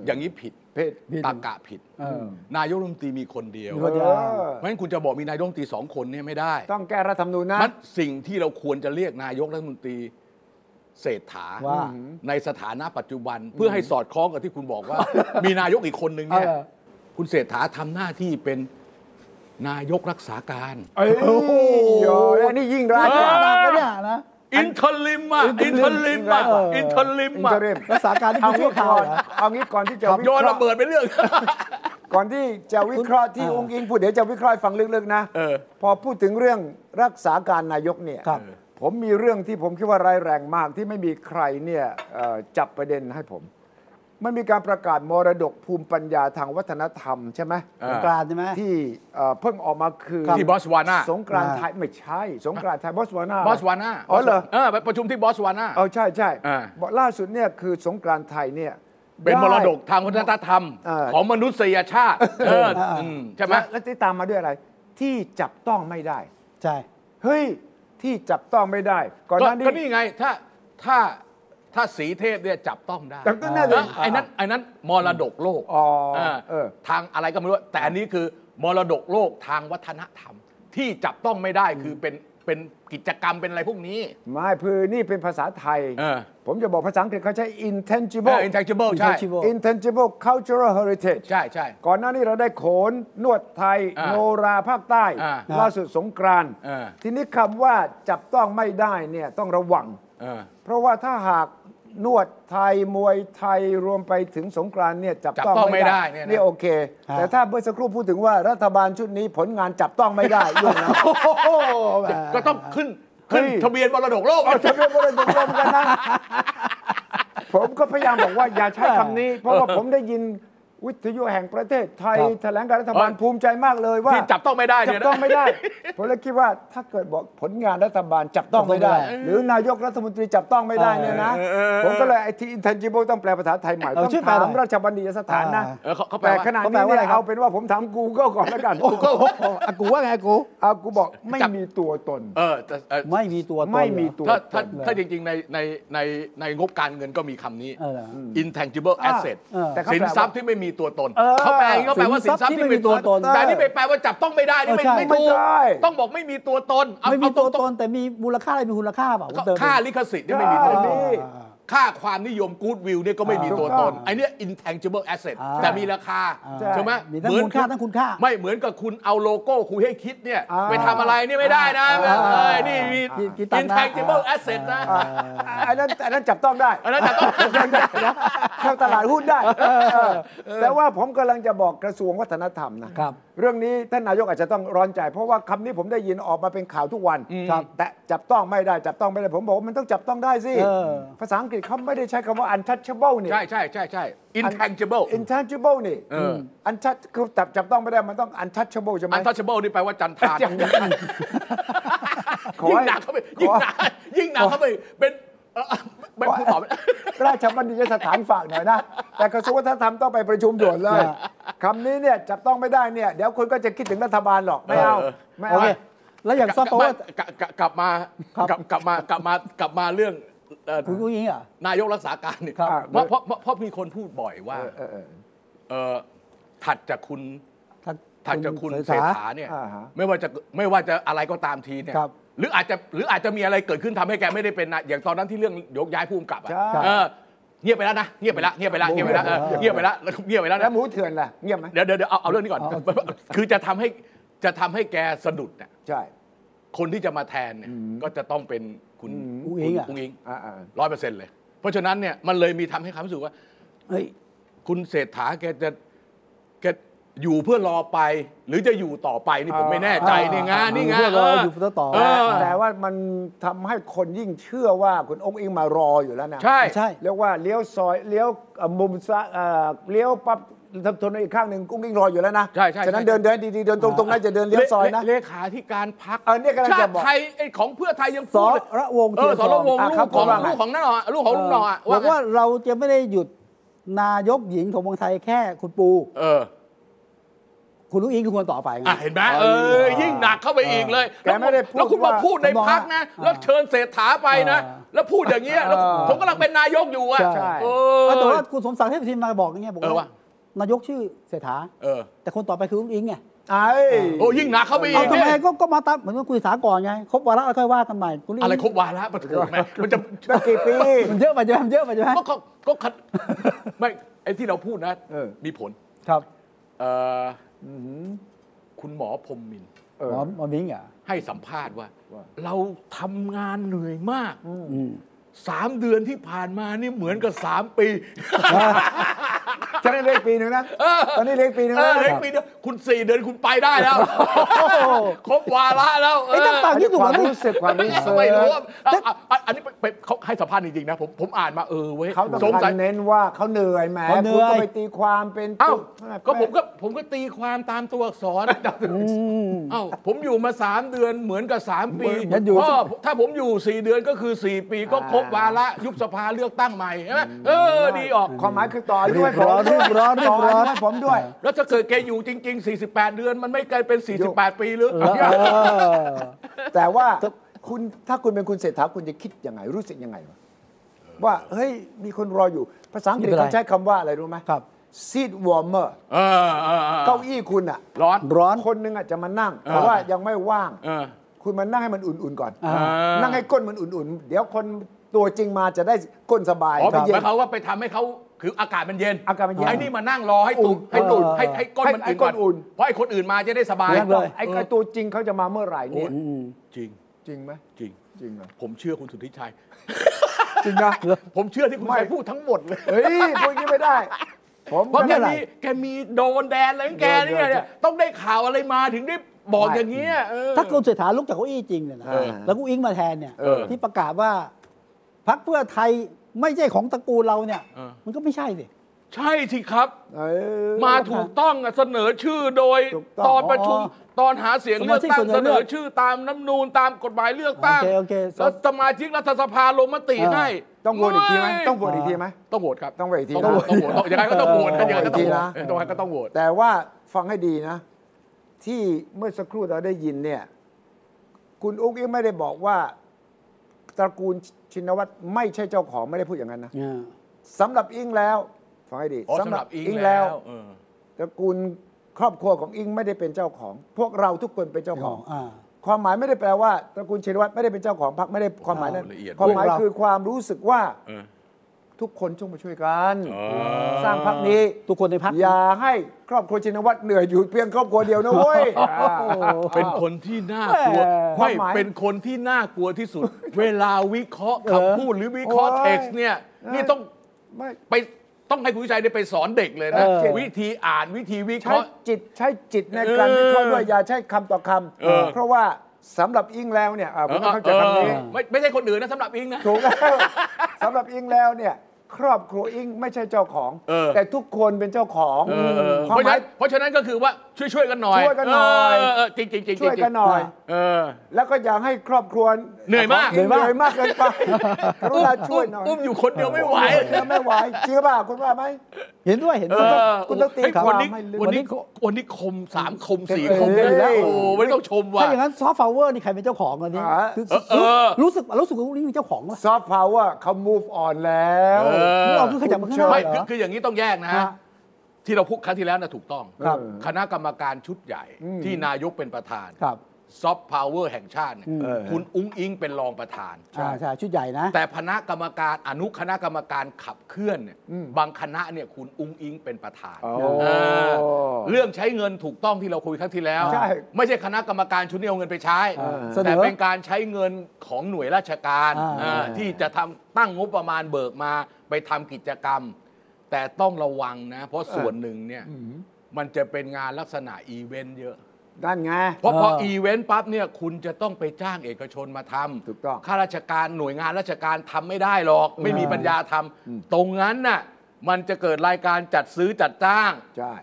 Speaker 3: อย่างนี้ผิด
Speaker 2: ผิดผิด
Speaker 3: ตากะผิด นายกรัฐมนตรีมีคนเดียว
Speaker 1: มีค
Speaker 3: เพราะ
Speaker 1: น
Speaker 3: ฉ
Speaker 1: เดียว
Speaker 3: ะนั้นคุณจะบอกมีนายกรัฐมนตรีสองคนเนี่ยไม่ได้
Speaker 2: ต้องแก้รัฐธรรมนูญนะ
Speaker 3: มันสิ่งที่เราควรจะเรียกนายกรัฐมนตรีเศรษฐา
Speaker 1: ว่า
Speaker 3: ในสถานะปัจจุบันเพื่อให้สอดคล้องกับที่คุณ
Speaker 2: [laughs]
Speaker 3: บอกว่า มีนายกอีกคนหนึ่งเนี่ย
Speaker 1: เออ
Speaker 3: คุณเศรษฐาทำหน้าที่เป็นนายกรักษาการ
Speaker 2: เอ้ยโยนอันนี้ยิ่งร้ายก
Speaker 3: เอ
Speaker 2: ว่า
Speaker 3: อ
Speaker 1: ตามกันเนี่ยนะ
Speaker 3: อินเทอร์ลิมอ่ะอินเทอร์ลิมอ่ะ
Speaker 2: เออ
Speaker 3: อินเทอร์ลิม
Speaker 2: อิน
Speaker 3: อ่ะ
Speaker 2: เทอร์เน็ต
Speaker 1: รักษาการที่
Speaker 2: เอา
Speaker 1: ชั่
Speaker 2: งี้
Speaker 1: วคราว
Speaker 2: ก่อน
Speaker 1: เหรอ
Speaker 2: เอางี้ก่อนที่จะวิ
Speaker 3: โย
Speaker 2: เคน ราะ
Speaker 3: ระ
Speaker 2: ห์
Speaker 3: เบิดไปเรื่อง
Speaker 2: ก่อนที่จะวิเคราะห์ที่
Speaker 1: เออ
Speaker 2: องค์อิงพูดเดี๋ยวจะวิเคราะห์ให้ฟังลึกๆนะ
Speaker 3: เออ
Speaker 2: พอพูดถึงเรื่องรักษาการนายกเนี่ย
Speaker 1: ครับ
Speaker 2: ผมมีเรื่องที่ผมคิดว่าร้ายแรงมากที่ไม่มีใครเนี่ยเอ่อจับประเด็นให้ผม มันมีการประกาศมรดกภูมิปัญญาทางวัฒนธรรมใช่ไหม
Speaker 3: เอ
Speaker 1: ส
Speaker 3: อ
Speaker 1: งกรานต์ใช่ไหม
Speaker 2: ที่เอ่อเพิ่งออกมาคือ
Speaker 3: ที่บอสวานา
Speaker 2: สงกรานต์ไทยไม่ใช่ สงกรานต์ไทยบอสวานา
Speaker 3: บอสวานา
Speaker 2: อ๋อเหรอ
Speaker 3: เออไปประชุมที่บอสวานา
Speaker 2: เอาใช่ใช่
Speaker 3: อ่า
Speaker 2: บอกล่าสุดเนี่ยคือสงกรานต์ไทยเนี่ย
Speaker 3: เป็นมรดก
Speaker 2: ไ
Speaker 3: ทางวัฒนธรรม
Speaker 2: เออ
Speaker 3: ของมนุษยชาติ เออ
Speaker 1: เอออื
Speaker 3: มใช่ไหม
Speaker 2: และและที่ตามมาด้วยอะไร ที่จับต้องไม่ได้
Speaker 1: ใช่
Speaker 2: เฮ้ยที่จับต้องไม่ได้ ก่อนห
Speaker 3: ก็
Speaker 2: น้านี้
Speaker 3: ก็นี่ไงถ้าถ้าถ้าสีเทพเนี่ยจับต้องได้
Speaker 2: จับต้องได้เลย
Speaker 3: เออไอ้นั้นไอ้นั้นมรดกโลก
Speaker 2: อ๋อ
Speaker 3: เออ
Speaker 2: เออ
Speaker 3: ทางอะไรก็ไม่รู้ แต่อันนี้คือมรดกโลกทางวัฒนธรรม ที่จับต้องไม่ได้คือเป็นเป็นกิจกรรมเป็นอะไรพวกนี้
Speaker 2: ไม่คือนี่เป็นภาษาไทย
Speaker 3: เออ
Speaker 2: ผมจะบอกภาษาอังกฤษเขาใช้
Speaker 3: เอ
Speaker 2: intangible
Speaker 3: อ intangible ใช่
Speaker 1: intangible
Speaker 2: intangible cultural heritage
Speaker 3: ใช่ใช่
Speaker 2: ก่อนหน้านี้เราได้โขน นวดไทย
Speaker 3: อ่า
Speaker 2: โนราภาคใต้
Speaker 3: อ่า
Speaker 2: ล่าสุดสงกรานต์
Speaker 3: อ่า
Speaker 2: ทีนี้คำว่าจับต้องไม่ได้เนี่ยต้องระวัง
Speaker 3: เออ
Speaker 2: เพราะว่าถ้าหากนวดไทยมวยไทยรวมไปถึงสงกรานต์เนี่ยจับ
Speaker 3: จับ
Speaker 2: ต้อง
Speaker 3: ต้องไม่
Speaker 2: ไม่
Speaker 3: ได้
Speaker 2: ได้
Speaker 3: เนี่ยนะ
Speaker 2: นี่โอเค
Speaker 1: ครับ
Speaker 2: แต่ถ้าเมื่อสักครู่พูดถึงว่ารัฐบาลชุดนี้ผลงานจับต้องไม่
Speaker 3: [laughs]
Speaker 2: ได้ยุ่งนะ
Speaker 3: ก็ต้องขึ้นขึ้น
Speaker 2: เฮ้ย
Speaker 3: ทะเบียนมรดกโลก
Speaker 2: เอาจะเป็นบริษัทรวมกันนะ [laughs] ผมก็พยายามบอกว่าอย่าใช้คำนี้ เพราะว่าผมได้ยินวิทยุแห่งประเทศไทย
Speaker 1: ครับ
Speaker 2: แถลงการรัฐบาล
Speaker 3: เออ
Speaker 2: ภูมิใจมากเลยว่า
Speaker 3: ที่จับต้องไม่ได้
Speaker 2: จั
Speaker 3: เนี่
Speaker 2: บ
Speaker 3: ยนะ
Speaker 2: ต้องไม่ได้ ผมเลยคิดว่าถ้าเกิดบอกผลงานรัฐบาลจับต้องไม่ได้ หรือนายกรัฐมนตรีจับต้องไม่ได้เนี่ยนะ ผมก็เลยไอทีอินเทนจิเบิลต้องแปลภาษาไทยใหม่
Speaker 1: เออ
Speaker 2: ต้อง
Speaker 1: ช่วยแปล
Speaker 2: ถา
Speaker 1: หน่
Speaker 2: ม
Speaker 1: อย
Speaker 2: ราชบัณฑิตยสถานนะ
Speaker 3: เออเขาเขาแปล
Speaker 2: แต่
Speaker 3: ว่า
Speaker 2: ขนาด
Speaker 1: เขาแปล
Speaker 2: นี้
Speaker 1: ว่าอะไร
Speaker 2: เนี่ย
Speaker 1: ครับ
Speaker 2: เอาเป็นว่าผมถามกูก็ก่อนแล้วกัน
Speaker 1: โอ้โหอากูว่าไงอากู
Speaker 2: เอากูบอกไม่มีตัวตน
Speaker 3: เออแต่เออ
Speaker 1: ไม่มีตัวตนเหรอ
Speaker 2: ไม่มีตัว
Speaker 3: ถ้าถ้า
Speaker 2: ตนเลย
Speaker 3: ถ้าจริง ๆ ในในในในงบการเงินก็มีคำนี้
Speaker 1: เออเหรอ
Speaker 3: intangible
Speaker 2: อ่า
Speaker 3: asset
Speaker 1: เออ
Speaker 2: แต่เขา
Speaker 3: สิน
Speaker 2: แปลว่า
Speaker 3: ทรัพย์ที่ไม่มีตัวตน
Speaker 2: เออ
Speaker 3: เขาแปลอย่างนี้เขาแปลว่า
Speaker 1: สิ
Speaker 3: สิ
Speaker 1: น
Speaker 3: น
Speaker 1: ท
Speaker 3: ท
Speaker 1: รั
Speaker 3: รั
Speaker 1: พ
Speaker 3: พ
Speaker 1: ย์
Speaker 3: ย์
Speaker 1: ที่
Speaker 3: ที่
Speaker 1: ไม่มี
Speaker 3: ไม่มี
Speaker 1: ตัต
Speaker 3: ตัว วต
Speaker 1: น
Speaker 3: น แต่นี่ไปแปลว่าจับต้องไม่ได้นี่ไม่
Speaker 1: เออใช่
Speaker 3: ไม่ถูก
Speaker 2: ไม่ได้
Speaker 3: ต้องบอกไม่มีตัวตนเอา
Speaker 1: ไม่มี
Speaker 3: เอา
Speaker 1: ตัว
Speaker 3: ร
Speaker 1: ต
Speaker 3: ง
Speaker 1: นแต่มีมูลค่าอะไรมีมูลค่าเปล่าคุณเติม
Speaker 3: ๆค่าลิขสิทธิ์นี่ไม่มี
Speaker 2: ได้
Speaker 3: ตัวตน
Speaker 2: นี่
Speaker 3: ค่าความนิยม good will เนี่ยก็ไม่มีตัวตน
Speaker 2: ถูกต้อง
Speaker 3: ไอ้เนี่ย intangible asset
Speaker 1: อ่า
Speaker 3: แต่มีราคา
Speaker 1: อ่า
Speaker 2: ใช่
Speaker 3: ใช่ไหม
Speaker 1: มีทั้งคุณค่าทั้งคุณค่า
Speaker 3: ไม่เหมือนกับคุณเอาโลโก้คุยให้คิดเนี่ย
Speaker 2: อ่า
Speaker 3: ไปทำอะไรเนี่ยไม่ได้นะเ
Speaker 1: อ่า
Speaker 3: ออนี่มี
Speaker 1: กี่กี่ตังค์นะ
Speaker 3: intangible asset นะ
Speaker 2: อันนั้นอันนั้นจับต้องได้
Speaker 3: อันนั้นจับต้อง
Speaker 2: เข้าตลาดหุ้นได้เออแต่ว่าผมกำลังจะบอกกระทรวงวัฒนธรรมนะครับ เรื่องนี้ท่านนายกอาจจะต้องร้อนใจ เพราะว่าคำนี้ผมได้ยินออกมาเป็นข่าวทุกวันครับแต่จับต้องไม่ได้จับต้องไม่ได้ผมบอกว่ามันต้องจับต้องได้สิ
Speaker 1: เออ
Speaker 2: ภาษาอังกฤษเขาไม่ได้ใช้คำว่า untouchable นี่
Speaker 3: ใช่ใช่ใช่ใช่ intangible
Speaker 2: intangible นี่
Speaker 3: เออ
Speaker 2: untouch คือจับจับต้องไม่ได้มันต้อง untouchable ใช่ไหม
Speaker 3: untouchable นี่แปลว่าจันทาน
Speaker 2: จั
Speaker 3: ยิ่
Speaker 2: น
Speaker 3: ง
Speaker 2: ทานขอให้
Speaker 3: หนักเข้าไป
Speaker 2: ขอ
Speaker 3: ยิ่งหนักยิ่งหนักเข้าไปเป็นเอ่อเป็นผู้ตอบ
Speaker 2: ราชบัณฑิตยสถานฝากหน่อยนะ แต่กระทรวงวัฒนธรรมต้องไปประชุมด่วนเลยคำนี้เนี่ยจับต้องไม่ได้เนี่ย เดี๋ยวคนก็จะคิดถึงรัฐบาลหรอก ไม่เอา
Speaker 3: เออ
Speaker 2: ไม่
Speaker 1: โอ
Speaker 2: เอา
Speaker 1: เคแล้วอย่างซอฟต์แวร์
Speaker 3: กลับกลับกลับมากลับกลับมากลับมากลับมาเรื่องเอ่อ
Speaker 1: คุณอุ้งอิงเหรอ่ะ
Speaker 3: นายกรักษาการเนี่ย
Speaker 1: ครับ
Speaker 3: เพราะเพราะเพราะเพราะมีคนพูดบ่อยว่า
Speaker 2: เออเออ
Speaker 3: เอ่อถัดจากคุณ
Speaker 1: ท่าน
Speaker 3: ถ้าจะคุณ
Speaker 1: คุณ
Speaker 3: เศ
Speaker 1: เศ
Speaker 3: ร
Speaker 1: ร
Speaker 3: ษ
Speaker 1: ษฐา
Speaker 3: ฐาเนี่ย
Speaker 2: อ่าฮะ
Speaker 3: ไม่ว่าจะไม่ว่าจะอะไรก็ตามทีเนี่ย
Speaker 1: ครับ
Speaker 3: หรืออาจจะหรืออาจจะมีอะไรเกิดขึ้นทำให้แกไม่ได้เป็นนะอย่างตอนนั้นที่เรื่องยกย้ายผู้กำกับอะ
Speaker 2: ใช่
Speaker 3: เออเงียบไปแล้วนะเงียบไปแล้วเงียบไปแล้วเงียบไปแล้วเออเงียบไปแล้วเงียบไปแล้ว
Speaker 2: แล้ว
Speaker 3: นะ
Speaker 2: หมูเถื่อนล่ะเงียบไหม
Speaker 3: เดี๋ยวเดี๋ยวเดี๋ยวเอาเอาเรื่องนี้ก่อน [laughs] คือจะทำให้จะทำให้แกสะดุดเนี่ย
Speaker 2: ใช่
Speaker 3: คนที่จะมาแทนเนี่ยก็จะต้องเป็นคุณ
Speaker 1: อุ๊งอิ๊งอะ
Speaker 3: คุณอิง
Speaker 2: อ่า
Speaker 3: ร้อยเปอร์เซ็นต์เลย เพราะฉะนั้นเนี่ยมันเลยมีทำให้ความรู้สึกว่า
Speaker 1: เฮ้ย
Speaker 3: คุณเศรษฐาแกจะแกอยู่เพื่อรอไป หรือจะอยู่ต่อไปนี่ผมไม่แน่ใจ
Speaker 1: อ่า
Speaker 3: นี่ไงานนี่ไง
Speaker 1: อยู่เพื่อรออยู่เพื่อต่อ
Speaker 3: เ
Speaker 2: ๆแต่ว่ามันทำให้คนยิ่งเชื่อว่าคุณองค์อิงมารออยู่แล้วนะ
Speaker 3: ใช่
Speaker 1: ใช่
Speaker 2: เรียกว่าเลี้ยวซอยเลี้ยวเอ่อมุมซ้ายเอ่อเลี้ยวปั๊บทำทนอีกข้างหนึ่งกุ้งกิ้งรออยู่แล้วนะ
Speaker 3: ใช่ใช่
Speaker 2: ฉะนั้น
Speaker 3: ใช่
Speaker 2: เดินเดินดีๆเดินตรงๆนะจะเดินเลี้ยวซอยนะ
Speaker 3: เลเลขาธิการพัก
Speaker 2: เออเนี่ยกำลัง
Speaker 3: ชา
Speaker 2: จะ
Speaker 3: ติ
Speaker 2: บอก
Speaker 3: ไทยไอ้ของเพื่อไทยยัง
Speaker 1: ส
Speaker 3: พูดเลย
Speaker 1: ระวงศ์
Speaker 3: เอ
Speaker 1: เที
Speaker 3: อย
Speaker 1: น
Speaker 3: ส
Speaker 1: ท
Speaker 3: ร
Speaker 1: อง
Speaker 3: วง
Speaker 2: อ่ะ
Speaker 3: ลู
Speaker 2: ครับ
Speaker 3: กของ
Speaker 2: ว่าไง
Speaker 3: ลูกของนั่นหรอลูกของลุงหนออ่ะ
Speaker 1: บอ
Speaker 3: ว่าก ไง
Speaker 1: ว่าเราจะไม่ได้หยุดนายกหญิงของเมืองไทยแค่คุณปู
Speaker 3: เออ
Speaker 1: คุณลุงอิงคือคนต่อไปไง
Speaker 3: อ่ะเห็นไหมเออ ยิ่งหนักเข้าไปอีกเลย
Speaker 2: แกไม่ได้พูด
Speaker 3: แล้วคุณมา
Speaker 2: ว่า
Speaker 3: พูดในพักนะแล้วเชิญเศรษฐาไปนะ
Speaker 1: อ่า
Speaker 3: แล้วพูดอย่างเงี้ยแล้วผมกำลังเป็นนายกอยู่อะ
Speaker 1: ใช่
Speaker 3: เออ
Speaker 1: เอาแต่ว่าคุณสมศักดิ์เทพสุทินมาบอกอย่างเงี้ยบอก
Speaker 3: เออว่ะ
Speaker 1: ว่านายกชื่อเศรษฐา
Speaker 3: เออ
Speaker 1: แต่คนต่อไปคือลุงอิงไง
Speaker 2: ไอ้
Speaker 3: โอ้ยิ่งหนักเข้าไปอี
Speaker 1: เอา
Speaker 3: ก
Speaker 1: ทำไม
Speaker 3: เนี่ย
Speaker 1: ก็ก็มาตามเหมือนว่าคุยสาก่อนไง ครบวาระแล้วค่อยว่ากันใหม่คุณลุง
Speaker 3: อะไรครบวาระมัน
Speaker 2: [laughs]
Speaker 3: ถูกไหมมันจะ
Speaker 2: ตั้งกี่ปี
Speaker 1: มันเยอะไปใช่ไหมมันเยอะไปใช่ไหม
Speaker 3: ก็ก็ก็ขัดไม่ไอ้ที่เราพูดนะ
Speaker 2: เออ
Speaker 3: มีผล
Speaker 1: ครับ
Speaker 3: เอ่ออคุณหมอพรหมมินทร์
Speaker 2: เออ
Speaker 1: หมอหมอมิงเหรอ่ะ
Speaker 3: ให้สัมภาษณ์ว่า
Speaker 2: ว่า
Speaker 3: เราทำงานเหนื่อยมากสามเดือนที่ผ่านมานี่เหมือนกับสามปี
Speaker 2: ฉันได้เลี้ยงปีหนึ่งนะตอนนี้เลี้ยงปีหนึ่ง
Speaker 3: เอ
Speaker 2: แล้
Speaker 3: อ
Speaker 2: ว
Speaker 3: เหลย
Speaker 2: นะ
Speaker 3: ปีเดียวคุณสี่เดือนคุณไปได้แล้วครบวาระแล้วเอ
Speaker 1: ไอ้
Speaker 3: อ
Speaker 1: ตั้งต่างที่ถูก
Speaker 2: ความ
Speaker 1: ไม่
Speaker 2: รู้สึกความรู้สึก
Speaker 3: ไม่รู้ว่าอ่ะอ่ะอ่ะอันนี้เป็นเขาให้สัมภาษณ์จริงๆนะผมผมอ่านมาเออเว้ย
Speaker 2: เขาต้อง
Speaker 3: สงสั
Speaker 2: กาย รเน้นว่าเขาเหนื่อยแหมคุณก็ไปตีความเป็น
Speaker 3: เอ้า
Speaker 2: แม่
Speaker 3: ก็ผมก็ผมก็ตีความตามตัวอักษรเอ้าผมอยู่มาสามเดือนเหมือนกับสามปีพ่อถ้าผมอยู่สี่เดือนก็คือสี่ปีก็ครบวาระยุบสภาเลือกตั้งใหม่ใช่ไหมเออดีออก
Speaker 2: ความหมายคือต่ออายุให้ผม
Speaker 1: ร้อนรีบร้อนรี
Speaker 2: ต่อบอา
Speaker 1: ร้อ
Speaker 2: ยุ
Speaker 1: น
Speaker 2: ให้ผมด้วย
Speaker 3: แล้วถ้าเกิดแกอยู่จริง ๆ 48 เดือนมันไม่กลายเป็น 48 ปีหรือ
Speaker 1: เออ
Speaker 2: แต่ว่าคุณถ้าคุณเป็นคุณเศรษฐาคุณจะคิดยังไงรู้สึกยังไงวะว่า เฮ้ย มีคนรออยู่ ภาษาอังกฤษ
Speaker 1: ไม่เป็นไร
Speaker 2: เขาใช้คำว่าอะไรรู้ไหม
Speaker 1: ครับ
Speaker 2: seat warmer
Speaker 3: เออเออเออ
Speaker 2: เก้าอี้คุณอะ
Speaker 3: ร้อน
Speaker 1: ร้อน
Speaker 2: คนหนึงอะจะมานั่ง แต่ว่ายังไม่ว่าง
Speaker 3: เออ
Speaker 2: คุณมานั่งให้มันอุ่นๆก่อน
Speaker 1: อ่า
Speaker 2: นั่งให้ก้นมันอุ่นๆ เดี๋ยวคนตัวจริงมาจะได้ก้นสบาย
Speaker 3: อ๋อห
Speaker 2: ไม่
Speaker 3: มาย
Speaker 2: เย็น
Speaker 3: หมายความว่าไปทำให้เขาคืออากาศมันเย็น
Speaker 2: อากาศมันเย็น
Speaker 3: ไอ้นี่มานั่งรอให้ตุ่ม
Speaker 2: อุ่น
Speaker 3: ให้ตุ่ม
Speaker 1: เออ
Speaker 3: ให้ให้ก้นมัน
Speaker 2: ให้
Speaker 3: อุ่น
Speaker 2: ก้
Speaker 3: ก่อน
Speaker 2: อุ่น
Speaker 3: นเพราะไอ้คนอื่นมาจะได้สบาย
Speaker 1: นั่งเลย
Speaker 2: ไอ้ไอ้ตัวจริงเขาจะมาเมื่อไหร่เนี่ย
Speaker 3: จริง
Speaker 2: จริงไหม
Speaker 3: จริง
Speaker 2: จริงเหรอ
Speaker 3: ผมเชื่อคุณสุทธิชัย
Speaker 2: จริงนะ
Speaker 3: ผมเชื่อที่คุณ
Speaker 2: ไม่
Speaker 3: ชัยพูดทั้งหมดเลย
Speaker 2: เฮ้ยพูดอย่างนี้ไม่ได้ ผม
Speaker 3: เพราะแก
Speaker 2: ไม่ได้
Speaker 3: มีแกมีโดนแดนอะไรของแก
Speaker 2: โดน
Speaker 3: นี่ไง
Speaker 2: โดน
Speaker 3: เนี่ยต้องได้ข่าวอะไรมาถึงได้บอก
Speaker 2: ไม่
Speaker 3: อย่างเงี้ยเออ
Speaker 1: ถ้าคุณเศรษฐาลุกจากเก้าอี้จริงเนี่ยนะ
Speaker 2: เออ
Speaker 1: แล้วกูอิงมาแทนเนี่ย
Speaker 3: เออ
Speaker 1: ที่ประกาศว่าพักเพื่อไทยไม่ใช่ของตระกูลเราเนี่ย
Speaker 3: เออ
Speaker 1: มันก็ไม่ใช่สิ
Speaker 3: ใช่สิครับ
Speaker 2: เออ
Speaker 3: มาถูกต้องอะเสนอชื่อโดย
Speaker 2: ถูกต้อง
Speaker 3: ตอนประชุม
Speaker 1: อ๋อ
Speaker 3: ตอนหาเสียง
Speaker 1: ส
Speaker 3: เลื
Speaker 1: มา
Speaker 3: อก
Speaker 1: ชิก
Speaker 3: ตั้ง
Speaker 1: เส
Speaker 3: เส
Speaker 1: น
Speaker 3: น
Speaker 1: อ
Speaker 3: อชื่อตามน้ำนูนตามกฎหมายเลือกตั้ง
Speaker 1: โอเคโอเค
Speaker 3: แล้วสมาชิกรัฐสภาลงมติให้
Speaker 2: ต้องโหวตอีกทีไหม
Speaker 3: ไม่
Speaker 2: ต้องโหวตอีกทีไหม
Speaker 3: ต้องโหวตครับ
Speaker 2: ต้องโหวตอีกทีนะ
Speaker 3: ต้องโหวตต้องโหวตยังไงก็ต้องโหวตนะยังไงก็ต้องโหวต
Speaker 2: เออ
Speaker 3: ต้องก็ต้องโหวต
Speaker 2: แต่ว่าฟังให้ดีนะ ที่เมื่อสักครู่เราได้ยินเนี่ย คุณอุ๊กอิ๊งไม่ได้บอกว่า ตระกูลชินวัตรไม่ใช่เจ้าของไม่ได้พูดอย่างนั้นนะ
Speaker 1: อ่า
Speaker 2: สำหรับอิงแล้วฟังให้ดี
Speaker 3: อ๋อสำหรับอิง
Speaker 2: ำ
Speaker 3: แล้วเออ
Speaker 2: ตระกูลครอบครัวของอิงไม่ได้เป็นเจ้าของ พวกเราทุกคนเป็นเจ้าของ
Speaker 1: อ่า
Speaker 2: ความหมายไม่ได้แปลว่าตระกูลชินวัตรไม่ได้เป็นเจ้าของพรรคไม่ได้ความหมายนั้น
Speaker 3: ละเอียด
Speaker 2: ความหมาย
Speaker 1: พวกเรา
Speaker 2: คือความรู้สึกว่า
Speaker 3: เออ
Speaker 2: ทุกคนจงมาช่วยกัน
Speaker 3: อ๋อ
Speaker 2: สร้างพรรคนี้
Speaker 1: ทุกคนในพัก
Speaker 2: อย่าให้ครอบครัวชินวัตรเหนื่อยอยู่เพียงครอบครัวเดียวนะเว้ย
Speaker 3: [laughs] เป็นคนที่น่ากลัว
Speaker 1: แหม
Speaker 3: ไม่
Speaker 2: ความหมาย
Speaker 3: เป็นคนที่น่ากลัวที่
Speaker 2: [laughs]
Speaker 3: สุด เวลาวิเคราะห์คำพูดหรือวิเคราะห์
Speaker 2: โอ้ย
Speaker 3: เท็กซ์เนี่ยนี่ต้อง
Speaker 2: ไม่
Speaker 3: ไปต้องให้ผู้วิจัยได้ไปสอนเด็กเลยนะ
Speaker 2: เออ
Speaker 3: วิธีอ่านวิธีวิเค
Speaker 2: ใช้
Speaker 3: ราะห์
Speaker 2: จิตใช้จิตในการวิเคราะห์ด้วยอย่าใช้คำต่อคำ
Speaker 3: เออ
Speaker 2: เพราะว่าสำหรับอิงแล้วเนี่ยอ่าผม
Speaker 3: เอ
Speaker 2: ก็
Speaker 3: อ
Speaker 2: เข้าใจ
Speaker 3: เออ
Speaker 2: คำนี้
Speaker 3: ไม่ไม่ใช่คนอื่นนะสำหรับอิงนะ
Speaker 2: ถูกแล้วสำหรับอิงแล้วเนี่ย ครอบครัวอิงไม่ใช่เจ้าของ
Speaker 3: เออ
Speaker 2: แต่ทุกคนเป็นเจ้าของ
Speaker 3: เออ
Speaker 2: ค
Speaker 3: เพ
Speaker 2: วามหมาย
Speaker 3: ราะฉะนั้นเพราะฉะนั้นก็คือว่าช่วยช่วยๆกันหน่อย
Speaker 2: ช่วยกันหน่อย
Speaker 3: เเเจริงจริงจริง
Speaker 2: ช่วยกันหน่อย
Speaker 3: เออ
Speaker 2: แล้วก็อย่าให้ครอบครัว
Speaker 3: เหนื่อยมาก
Speaker 2: ขงงเหนื่อยมากเกินไปกรุณาช่วยหน่อย
Speaker 3: อุ้มอยู่คนเดียวไม่ไหว
Speaker 2: เดี๋ยวไม่ไหวจริงหรือเปล่าคุณว่าไหม
Speaker 1: เห็นด้วยเห็น
Speaker 3: เอ
Speaker 1: ด้วย
Speaker 3: อ
Speaker 2: คุณต้องตี
Speaker 3: เฮ้ย
Speaker 2: ความ
Speaker 3: วันนี้
Speaker 2: ให้ลึก
Speaker 3: วันนี้วันนี้คมสามคมสี่
Speaker 2: เออ
Speaker 3: คมได้แล้วโอ้ไม่ต้องชมว่ะ
Speaker 1: ถ้าอย่างนั้นซอฟต์พาวเวอร์นี่ใครเป็นเจ้าของอันนี้
Speaker 2: อ่า
Speaker 1: คือ
Speaker 3: เออเออ
Speaker 1: รู้รู้สึกรู้สึกว่าลูกนี้เป็นเจ้าของป่ะ
Speaker 2: ซอฟต์พาวเวอร์เขา move on แล้ว
Speaker 3: เออ
Speaker 1: เราคือขยับมาข้างหน้า
Speaker 3: ไม่
Speaker 1: เหร
Speaker 3: คือ
Speaker 1: อ
Speaker 3: คืออย่างนี้ต้องแยกนะ
Speaker 1: ฮะ
Speaker 3: ที่เราพูดครั้งที่แล้วนะถูกต้อง
Speaker 1: ครับ
Speaker 3: คณะกรรมการชุดใหญ่ที่นายกเป็นประธาน
Speaker 1: ครับ
Speaker 3: ซอฟต์พาวเวอร์แห่งชาติเนี่ย
Speaker 1: อืม
Speaker 3: คุณอุ้งอิงเป็นรองประธาน
Speaker 1: อ่าใช่ชุดใหญ่นะ
Speaker 3: แต่คณะกรรมการอนุคณะกรรมการขับเคลื่อนเนี่ยบางคณะเนี่ยคุณอุ้งอิงเป็นประธาน
Speaker 2: โอ้
Speaker 3: เออเรื่องใช้เงินถูกต้องที่เราคุยครั้งที่แล้ว
Speaker 2: ใช่
Speaker 3: ไม่ใช่คณะกรรมการชุดนี้เอาเงินไปใช้
Speaker 1: อ่า
Speaker 3: แต่
Speaker 1: เสนอ
Speaker 3: เป็นการใช้เงินของหน่วยราชการ
Speaker 1: อ่า
Speaker 3: เออที่จะทำตั้งงบประมาณเบิกมาไปทำกิจกรรม แต่ต้องระวังนะ เพราะส่วนหนึ่งเนี่ยมันจะเป็นงานลักษณะอีเวนต์เยอะ
Speaker 2: นั่นไง
Speaker 3: เพราะ
Speaker 1: เออ
Speaker 3: พออีเวนต์ปั๊บเนี่ยคุณจะต้องไปจ้างเอกชนมาทำ
Speaker 2: ถูกต้อง
Speaker 3: ข้าราชการหน่วยงานราชการทำไม่ได้หรอก ไม่มีปัญญาทำ
Speaker 2: อืม
Speaker 3: ตรงนั้นน่ะมันจะเกิดรายการจัดซื้อจัดจ้าง
Speaker 2: ใช่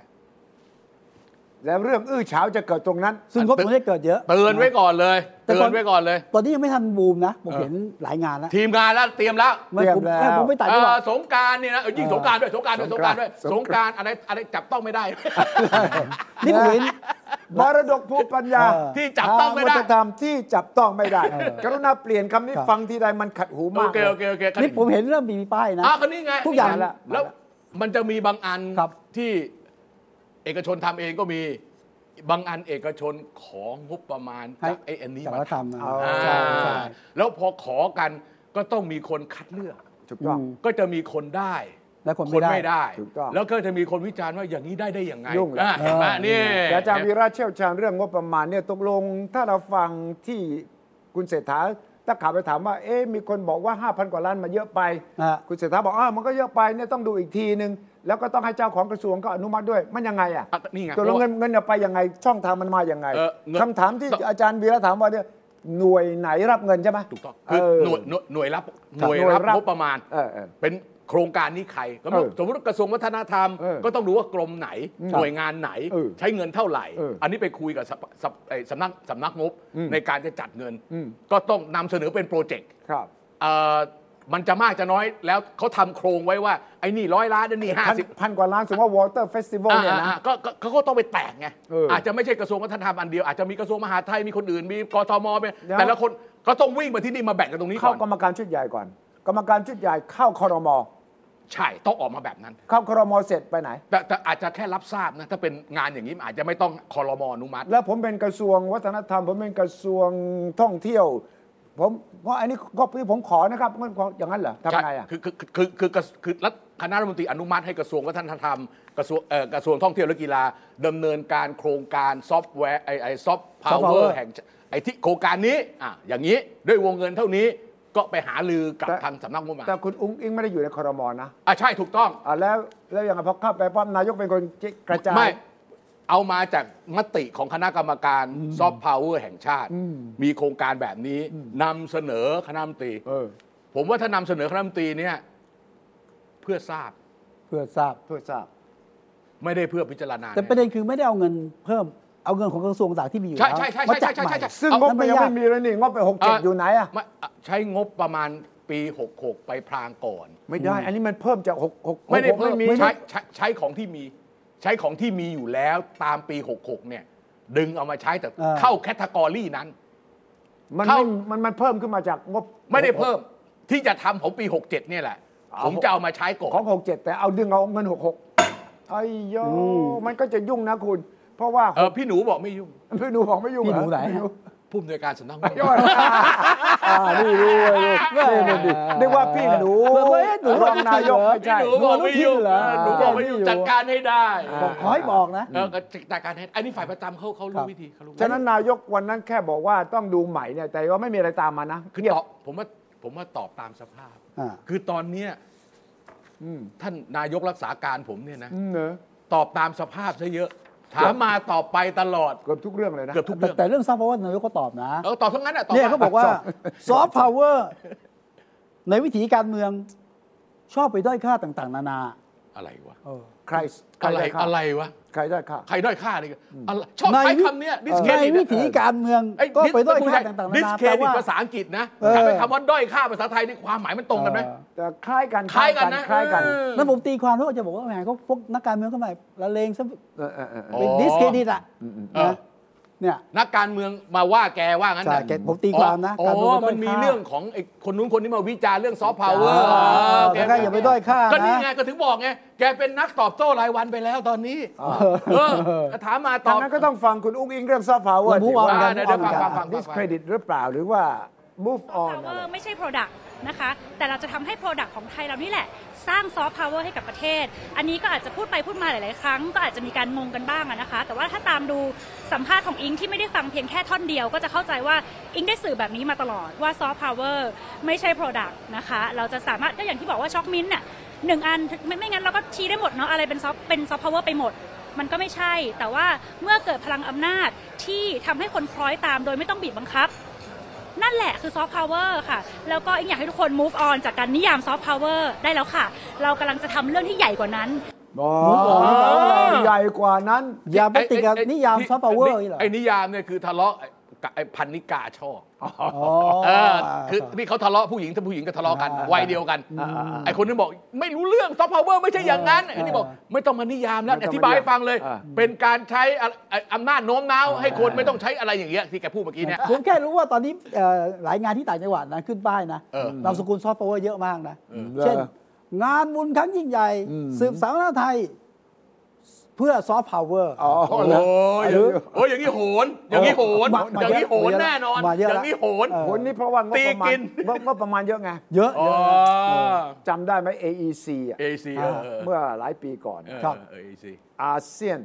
Speaker 2: แล้วเรื่องอื้อฉาวจะเกิดตรงนั้น
Speaker 1: ซึ่งงบมันได้เกิดเยอะ
Speaker 3: เตือนไว้ก่อนเลย
Speaker 1: แต่ก่
Speaker 3: เตือ
Speaker 1: อน
Speaker 3: นไว้ก่อนเลย
Speaker 1: ตอนนี้ยังไม่ทันบูมนะ ผม
Speaker 3: เออ
Speaker 1: เห็นหลายงานแล้ว
Speaker 3: ทีมงานแล้วเตรียมแล้ว
Speaker 1: ไม่ผม
Speaker 2: เตรียมแล้ว
Speaker 1: เอ้ยผมไปตัดดีกว่า
Speaker 3: เอ่อสงกรารเนี่ยนะเออยิ่ง
Speaker 1: เออ
Speaker 3: สงกรารด้วยสงกรารด้วยสงกรารด้วย
Speaker 2: ส
Speaker 3: ส
Speaker 2: ง
Speaker 3: ง
Speaker 2: กราร
Speaker 3: การ รอะไรอะไรจับต้อง
Speaker 1: [laughs]
Speaker 3: ไม่ได้
Speaker 1: นี่ผมเห็น
Speaker 2: มรดกภูมิปัญญา
Speaker 1: เออ
Speaker 3: ที่จับต้องไม่ได้
Speaker 2: ทางวัฒนธรรมที่จับต้องไม่ได้ กรุณาเปลี่ยนคำนี้
Speaker 1: ครับ
Speaker 2: ฟังทีใดมันขัดหู
Speaker 3: โอ
Speaker 2: มาก
Speaker 3: เคโอเคโอเค
Speaker 1: นี่ผมเห็นเริ่มมีป้ายนะ
Speaker 3: อ่ะคนนี้ไง
Speaker 1: ทุกอย่าง
Speaker 3: นี่ไแล้วมันจะมีบางอัน
Speaker 1: ครับ
Speaker 3: ที่เอกชนทำเองก็มีบางอันเอกชนของงบประมาณ
Speaker 1: ให้
Speaker 3: จากไอ้อันนี้
Speaker 1: จาก
Speaker 3: มา
Speaker 1: รัฐธรรมนะ
Speaker 2: เอา
Speaker 3: อ่า
Speaker 2: ใช่ใช่
Speaker 3: แล้วพอขอกันก็ต้องมีคนคัดเลือก
Speaker 2: ถูกต้อง
Speaker 1: ม
Speaker 3: ก็จะมีคนได้
Speaker 1: และคน
Speaker 3: คน
Speaker 1: ไม่
Speaker 3: ไม่
Speaker 1: ได้
Speaker 3: ได้
Speaker 2: ถูกต้อง
Speaker 3: แล้วก็จะมีคนวิจารณ์ว่าอย่างนี้ได้ได้ยังไง
Speaker 2: ยุ่งเลย
Speaker 3: อ่ะเห็นไหม
Speaker 1: เออ
Speaker 3: นี่
Speaker 2: แต่อาจารย์วีระเชี่ยวชาญเรื่องงบประมาณเนี่ยตกลงถ้าเราฟังที่คุณเศรษฐาถ้าข่าวไปถามว่า เอ๊ะมีคนบอกว่า 5,000 กว่าล้านมาเยอะไป
Speaker 1: ฮะ
Speaker 2: คุณเศรษฐาบอกอ้าวมันก็เยอะไปเนี่ยต้องดูอีกทีนึง แล้วก็ต้องให้เจ้าของกระทรวงก็อนุมัติด้วย มันยังไงอ่ะ
Speaker 3: อ่ะนี่ไง
Speaker 2: ตกลงเงินเงินเนี่ยไปยังไงช่องทางมันมายังไง
Speaker 3: เออเงิน
Speaker 2: คำถามที่อาจารย์วีระถามว่าเนี่ยหน่วยไหนรับเงินใช่ไหม
Speaker 3: ถูกต้องคือ
Speaker 2: เอ
Speaker 3: หน่วยหน่วยหน่วยรับห
Speaker 2: ครับ
Speaker 3: น่วย
Speaker 2: หน่วยรั
Speaker 3: รั
Speaker 2: บบ
Speaker 3: งบประมาณ
Speaker 2: เออเออ
Speaker 3: เป็นโครงการนี้ใครก็
Speaker 2: เออ
Speaker 3: สมมติว่ากระทรวงวัฒนธรรม
Speaker 2: เออ
Speaker 3: ก็ต้องดูว่ากรมไหน หน่วยงานไหน
Speaker 2: เออ
Speaker 3: ใช้เงินเท่าไหร่
Speaker 2: เอออั
Speaker 3: อันนี้ไปคุยกับสภสภเอ่อสำนักสำนักงบ
Speaker 2: อืม
Speaker 3: ในการจะจัดเงิน
Speaker 2: อืม
Speaker 3: ก็ต้องนำเสนอเป็นโปรเจกต์
Speaker 2: ครับ
Speaker 3: เอ่อมันจะมากจะน้อยแล้วเขาทำโครงไว้ว่า ไอ้นี่ร้อยล้านไอ้นี่ห้า
Speaker 2: พัน
Speaker 3: สิบ
Speaker 2: พันกว่าล้านสมมติว่าวอเตอร์เฟสติวัลเนี่ย
Speaker 3: อ่า
Speaker 2: นะ
Speaker 3: ๆๆก็ก็เขาก็ต้องไปแตกไง
Speaker 2: เอออ
Speaker 3: อาจจะไม่ใช่กระทรวงวัฒนธรรมอันเดียว อาจจะมีกระทรวงมหาดไทย มีคนอื่น มีกทมเป็น
Speaker 2: เดี๋ยว
Speaker 3: แต่ละคนก็ต้องวิ่งมาที่นี่มาแบ่งกันตรงนี้ก่
Speaker 2: เข้า
Speaker 3: อน
Speaker 2: กรรมการชุดใหญ่ก่อน กรรมการชุดใหญ่เข้าคอรมอ
Speaker 3: ใช่ ต้องออกมาแบบนั้น
Speaker 2: เข้าคอรมอเสร็จไปไหน
Speaker 3: แต่แต่อาจจะแค่รับทราบนะ ถ้าเป็นงานอย่างนี้อาจจะไม่ต้องคอรมอนุมัติ
Speaker 2: แล้วผมเป็นกระทรวงวัฒนธรรม ผมเป็นกระทรวงท่องเที่ยว ผมเพราะอันนี้ก็พี่ผมขอนะครับมันขออย่างนั้นเหรอทำไงอ่ะ
Speaker 3: ใช่คือคือคือคือคือคือรัฐคณะรัฐมนตรีอนุมัติให้กระทรวงวัฒนธรรม กระทรวงเอ่อกระทรวงท่องเที่ยวและกีฬาดำเนินการโครงการซอฟต์แวร์ไอไอซอฟต์พาวเวอ
Speaker 1: power
Speaker 3: ร์แห่งชไอที่โครงการนี้อ่ะอย่างนี้ด้วยวงเงินเท่านี้ก็ไปหาลือกับ
Speaker 2: แต่
Speaker 3: ทางสำนักงบประมาณ
Speaker 2: แต่คุณอุ้งอิงไม่ได้อยู่ในคอรมอนะ
Speaker 3: อ่ะใช่ถูกต้อง
Speaker 2: อ่ะแล้วแล้วยังไงพอเข้าไปป้อมนายกเป็นคนกระจาย
Speaker 3: ไม่ เอามาจากมติของคณะกรรมการซอฟต์พาวเวอร์แห่งชาติ มีโครงการแบบนี้นำเสนอคณะรัฐมนตรี
Speaker 2: เออ
Speaker 3: ผมว่าถ้านำเสนอคณะรัฐมนตรีเนี่ยเพื่อทราบ
Speaker 1: เพื่อทราบ
Speaker 2: เพื่อทราบ
Speaker 3: ไม่ได้เพื่อพิจารณา
Speaker 1: แต่
Speaker 3: แน่
Speaker 1: ประเด็นคือไม่ได้เอาเงินเพิ่ม เอาเงินของกระทรวงต่างๆที่มีอยู่
Speaker 3: ใช่
Speaker 1: แล้ว
Speaker 3: ใช่ใช่
Speaker 1: มา
Speaker 3: ใช่
Speaker 1: จัด
Speaker 3: ใช่
Speaker 1: ใหม่
Speaker 3: ใช่ใช่
Speaker 2: ซึ่ง
Speaker 1: เอา
Speaker 2: งบไปยั
Speaker 1: ไม่
Speaker 2: ง
Speaker 1: ยาก
Speaker 2: ไม่มีเลยนี่งบไปหกเจ็ด
Speaker 3: เอ่อ
Speaker 2: อยู่ไหนอ่ะ
Speaker 3: ไม่อ่ะใช้งบประมาณปี 66 ไปพรางก่อน
Speaker 2: ไม่ได้ อันนี้มันเพิ่มจากหกหก
Speaker 3: ไม่ได้
Speaker 2: หกหก
Speaker 3: เพิ่ม
Speaker 2: มี
Speaker 3: ใช้ใช้ใช้ของที่มี ใช้ของที่มีอยู่แล้วตามปี 66 เนี่ย ดึงเอามาใช้แต่
Speaker 1: เออ
Speaker 3: เข้าแคตตากรีนั้น
Speaker 2: มัน
Speaker 3: เข้า
Speaker 2: ไม่มันมันเพิ่มขึ้นมาจากงบ
Speaker 3: ไม่ได้เพิ่มที่จะทำของปี 67 เนี่ยแหละ
Speaker 2: เอา
Speaker 3: ผมจะเอามาใช้ก่อน
Speaker 2: ของ 67 แต่เอาดึงเอาเงิน 66ไอ้โยมันก็จะยุ่งนะคุณ เพราะว่า [laughs]
Speaker 3: เออ พี่หนูบอกไม่ยุ่ง
Speaker 2: พี่หนู [laughs] บอกไม่ยุ่ง
Speaker 1: พี่หนูไหน
Speaker 2: พี่
Speaker 3: ผู้อำนวยการสำนักงบ
Speaker 2: ยอดอ่านี่ดูเลยนี่นี่นี่นึกว่าพี่หนู
Speaker 1: เออเอ๊ะหนู
Speaker 2: รองนายกไม่
Speaker 3: พี่
Speaker 2: ใช่
Speaker 3: หนูบอกไม่ยุ่
Speaker 1: หนูอนุทิ
Speaker 3: ง
Speaker 1: นเหรอ
Speaker 3: เออหนูบอกไม่ยุ่งจัดการให้ได้
Speaker 1: บอกขอให้บอกนะ
Speaker 3: เออก็จัดการให้อันนี้ฝ่ายประจำเขาเขา
Speaker 1: ครั
Speaker 3: รู้
Speaker 1: บ
Speaker 3: วิธีเขารู้
Speaker 2: ฉะนั้นนายกวันนั้นแค่บอกว่าต้องดูใหม่เนี่ยแต่ว่าไม่มีอะไรตามมานะ
Speaker 3: คือ
Speaker 2: เงียบ
Speaker 3: ตอบผมว่าผมว่าตอบตามสภาพ
Speaker 1: อ่า
Speaker 3: คือตอนเนี้ย
Speaker 2: อืม
Speaker 3: ท่านนายกรักษาการผมเนี่ยนะ
Speaker 2: อืมเนอะ
Speaker 3: ตอบตามสภาพซะเยอะ ถามมาตอบไปตลอด
Speaker 2: เกือบทุกเรื่องเลยนะ
Speaker 3: เกือบทุก
Speaker 1: แต่
Speaker 3: เรื่อง
Speaker 1: แต่เรื่องทราบเพราะว่านายกก็ตอบนะ
Speaker 3: เออตอบทั้งนั้นอ่ะตอบ
Speaker 1: เนี่ยเขาบอกว่า
Speaker 2: ตอบ
Speaker 1: ซอฟต์พาวเวอร์ในวิถีการเมืองชอบไปด้อยค่าต่างๆ นานา
Speaker 3: อะไรวะ
Speaker 1: เออ
Speaker 2: ใครใคร
Speaker 3: อะไร
Speaker 2: ด้ค่า
Speaker 3: อะไรวะ
Speaker 2: ใครได้ค่า
Speaker 3: ใครด้อยค่านี่อะไรชอบใช้
Speaker 1: ในวิ
Speaker 3: คำเนี้ยดิสเคร
Speaker 1: ใน
Speaker 3: ดิต
Speaker 1: วิถีการเมืองก็ไปด้อยค่าต่างๆนา
Speaker 3: ดิส
Speaker 1: นา
Speaker 3: เคร
Speaker 1: แต่
Speaker 3: ดิต
Speaker 1: ว่า
Speaker 3: ภาษาอังกฤษนะ
Speaker 1: เออ
Speaker 3: ถ้าเป็นคำว่าด้อยค่าภาษาไทยนี่ความหมายมันตรงกันไหม
Speaker 2: แต่คล้ายกัน
Speaker 3: คล้ายกันนะ
Speaker 2: คล้ายกัน
Speaker 3: เออ
Speaker 1: แล้วผมตีความแล้วจะบอกว่าแหมเขาพวกนักการเมืองเข้ามาละเลงซะ
Speaker 2: เออเออเออ
Speaker 3: อ๋อ
Speaker 1: เป็นดิสเครดิตอ่ะ
Speaker 3: เออ
Speaker 1: นะ เนี่ย
Speaker 3: นักการเมืองมาว่าแกว่างั้น
Speaker 1: ใช่
Speaker 3: น่ะ
Speaker 1: แกผมตีความนะ
Speaker 3: อ๋อ
Speaker 1: การเมือง
Speaker 3: อ๋อ
Speaker 1: มันด้อยค่ามั
Speaker 3: มันมีเรื่องของไอ้คนนู้นคนนี้มาวิจารณ์เรื่องซอฟต์พาวเวอร์
Speaker 1: อ่าแล้วก็อย่าไปด้อยค่านะ
Speaker 3: ก็นี่ไงก็ถึงบอกไงแกเป็นนักตอบโต้รายวันไปแล้วตอนนี้เออถามมาต
Speaker 2: ทา
Speaker 3: อง บ
Speaker 2: นั้นก็ต้องฟังคุณอุ้งอิงเรื่องซอฟต์พาวเวอร์
Speaker 1: เรา move on
Speaker 2: ว่า
Speaker 1: กัน
Speaker 3: เดี๋ยว
Speaker 1: move
Speaker 3: ๆ
Speaker 1: on กัน
Speaker 3: ฟัง
Speaker 2: ดิสเครดิตหรือเปล่าหรือว่า move
Speaker 6: ซอ
Speaker 2: on
Speaker 6: ฟต์พา
Speaker 2: อะ
Speaker 6: วเว
Speaker 2: ไร
Speaker 6: อร์ไม่ใช่ Product นะคะ แต่เราจะทำให้ Product ของไทยเรานี่แหละ สร้างซอฟต์พาวเวอร์ให้กับประเทศ อันนี้ก็อาจจะพูดไปพูดมาหลาย ๆ ครั้ง ก็อาจจะมีการงงกันบ้างอะนะคะ แต่ว่าถ้าตามดูสัมภาษณ์ของอิงที่ไม่ได้ฟังเพียงแค่ท่อนเดียว ก็จะเข้าใจว่าอิงได้สื่อแบบนี้มาตลอดว่าซอฟต์พาวเวอร์ไม่ใช่ Product นะคะ เราจะสามารถก็อย่างที่บอกว่าช็อกมิ้นท์น่ะหนึ่งอันไม่ไม่งั้นเราก็ชี้ได้หมดเนาะอะไรเป็นซอฟเป็นซอฟต์พาวเวอร์ไปหมด มันก็ไม่ใช่ แต่ว่าเมื่อเกิดพลังอำนาจที่ทำให้คนคล้อยตาม โดยไม่ต้องบีบบังคับ นั่นแหละคือซอฟต์พาวเวอร์ค่ะ แล้วก็อิงอยากให้ทุกคน move on จากการนิยามซอฟต์พาวเวอร์ได้แล้วค่ะ เรากำลังจะทำเรื่องที่ใหญ่กว่านั้น
Speaker 2: อ๋อ
Speaker 1: move on
Speaker 2: แปลว่าเราใหญ่กว่านั้น
Speaker 1: อย่าไปติดกับนิยามซอฟต์พาวเวอร์
Speaker 3: นี่
Speaker 1: นี่เหรอ
Speaker 3: ไอ้นิยามเนี่ยคือทะเลาะกับไอ้พันนิกาชอบ
Speaker 1: อ๋อ
Speaker 3: เออคือนี่เขาทะเลาะผู้หญิงถ้าผู้หญิงก็ทะเลาะกัน
Speaker 1: อ่า
Speaker 3: วัยเดียวกันไอ้คนนึงบอกไม่รู้เรื่องซอฟต์พาวเวอร์ไม่ใช่อย่างนั้นไอ้นี่บอกไม่ต้องมานิยามแล้ว
Speaker 2: ไม่ต้
Speaker 3: อ
Speaker 2: องมา
Speaker 3: ธิบายให้ฟังเลย
Speaker 2: อ่า
Speaker 3: เป็นการใช้อะอำนาจโน้มน้าวให้คนไม่ต้องใช้อะไรอย่างเงี้ยที่แกพูดเมื่อกี้เนี่ย
Speaker 1: ผมแค่รู้ว่าตอนนี้เอ่อหลายงานที่ต่างจังหวัดนะขึ้นป้ายนะ
Speaker 3: เออน
Speaker 1: ามสกุลซอฟต์พาวเวอร์เยอะมากนะ
Speaker 3: เออ
Speaker 1: เช่น งานบุญครั้งยิ่งใหญ่
Speaker 2: อืม
Speaker 1: สืบสาวนาไทย เพื่อซอฟต์พาวเวอร์
Speaker 2: อ๋อ
Speaker 3: โอ้
Speaker 2: แล้ว
Speaker 3: ยอย่างนี้โอ้ยอย่างนี้โหน อย่างนี้โหน
Speaker 1: มา
Speaker 3: อย่างนี้โหน
Speaker 1: มาเยอะละ
Speaker 3: แน่นอน
Speaker 1: มาเยอะ
Speaker 3: อ
Speaker 1: ละ
Speaker 3: ย่างนี้โหน
Speaker 1: เออ
Speaker 2: ผลนี่เพราะว่างบ
Speaker 3: ตี
Speaker 2: ประมา
Speaker 3: กิ
Speaker 2: ณ
Speaker 3: น
Speaker 2: งบงบประมาณเยอะไง
Speaker 1: เยอะ
Speaker 3: อ๋อ
Speaker 1: เยอะ
Speaker 2: จำได้ไหม AEC อะ
Speaker 3: เอซี
Speaker 2: เมื่อหลายปีก่อน
Speaker 1: ครับ
Speaker 3: เอซี
Speaker 2: อาเซียน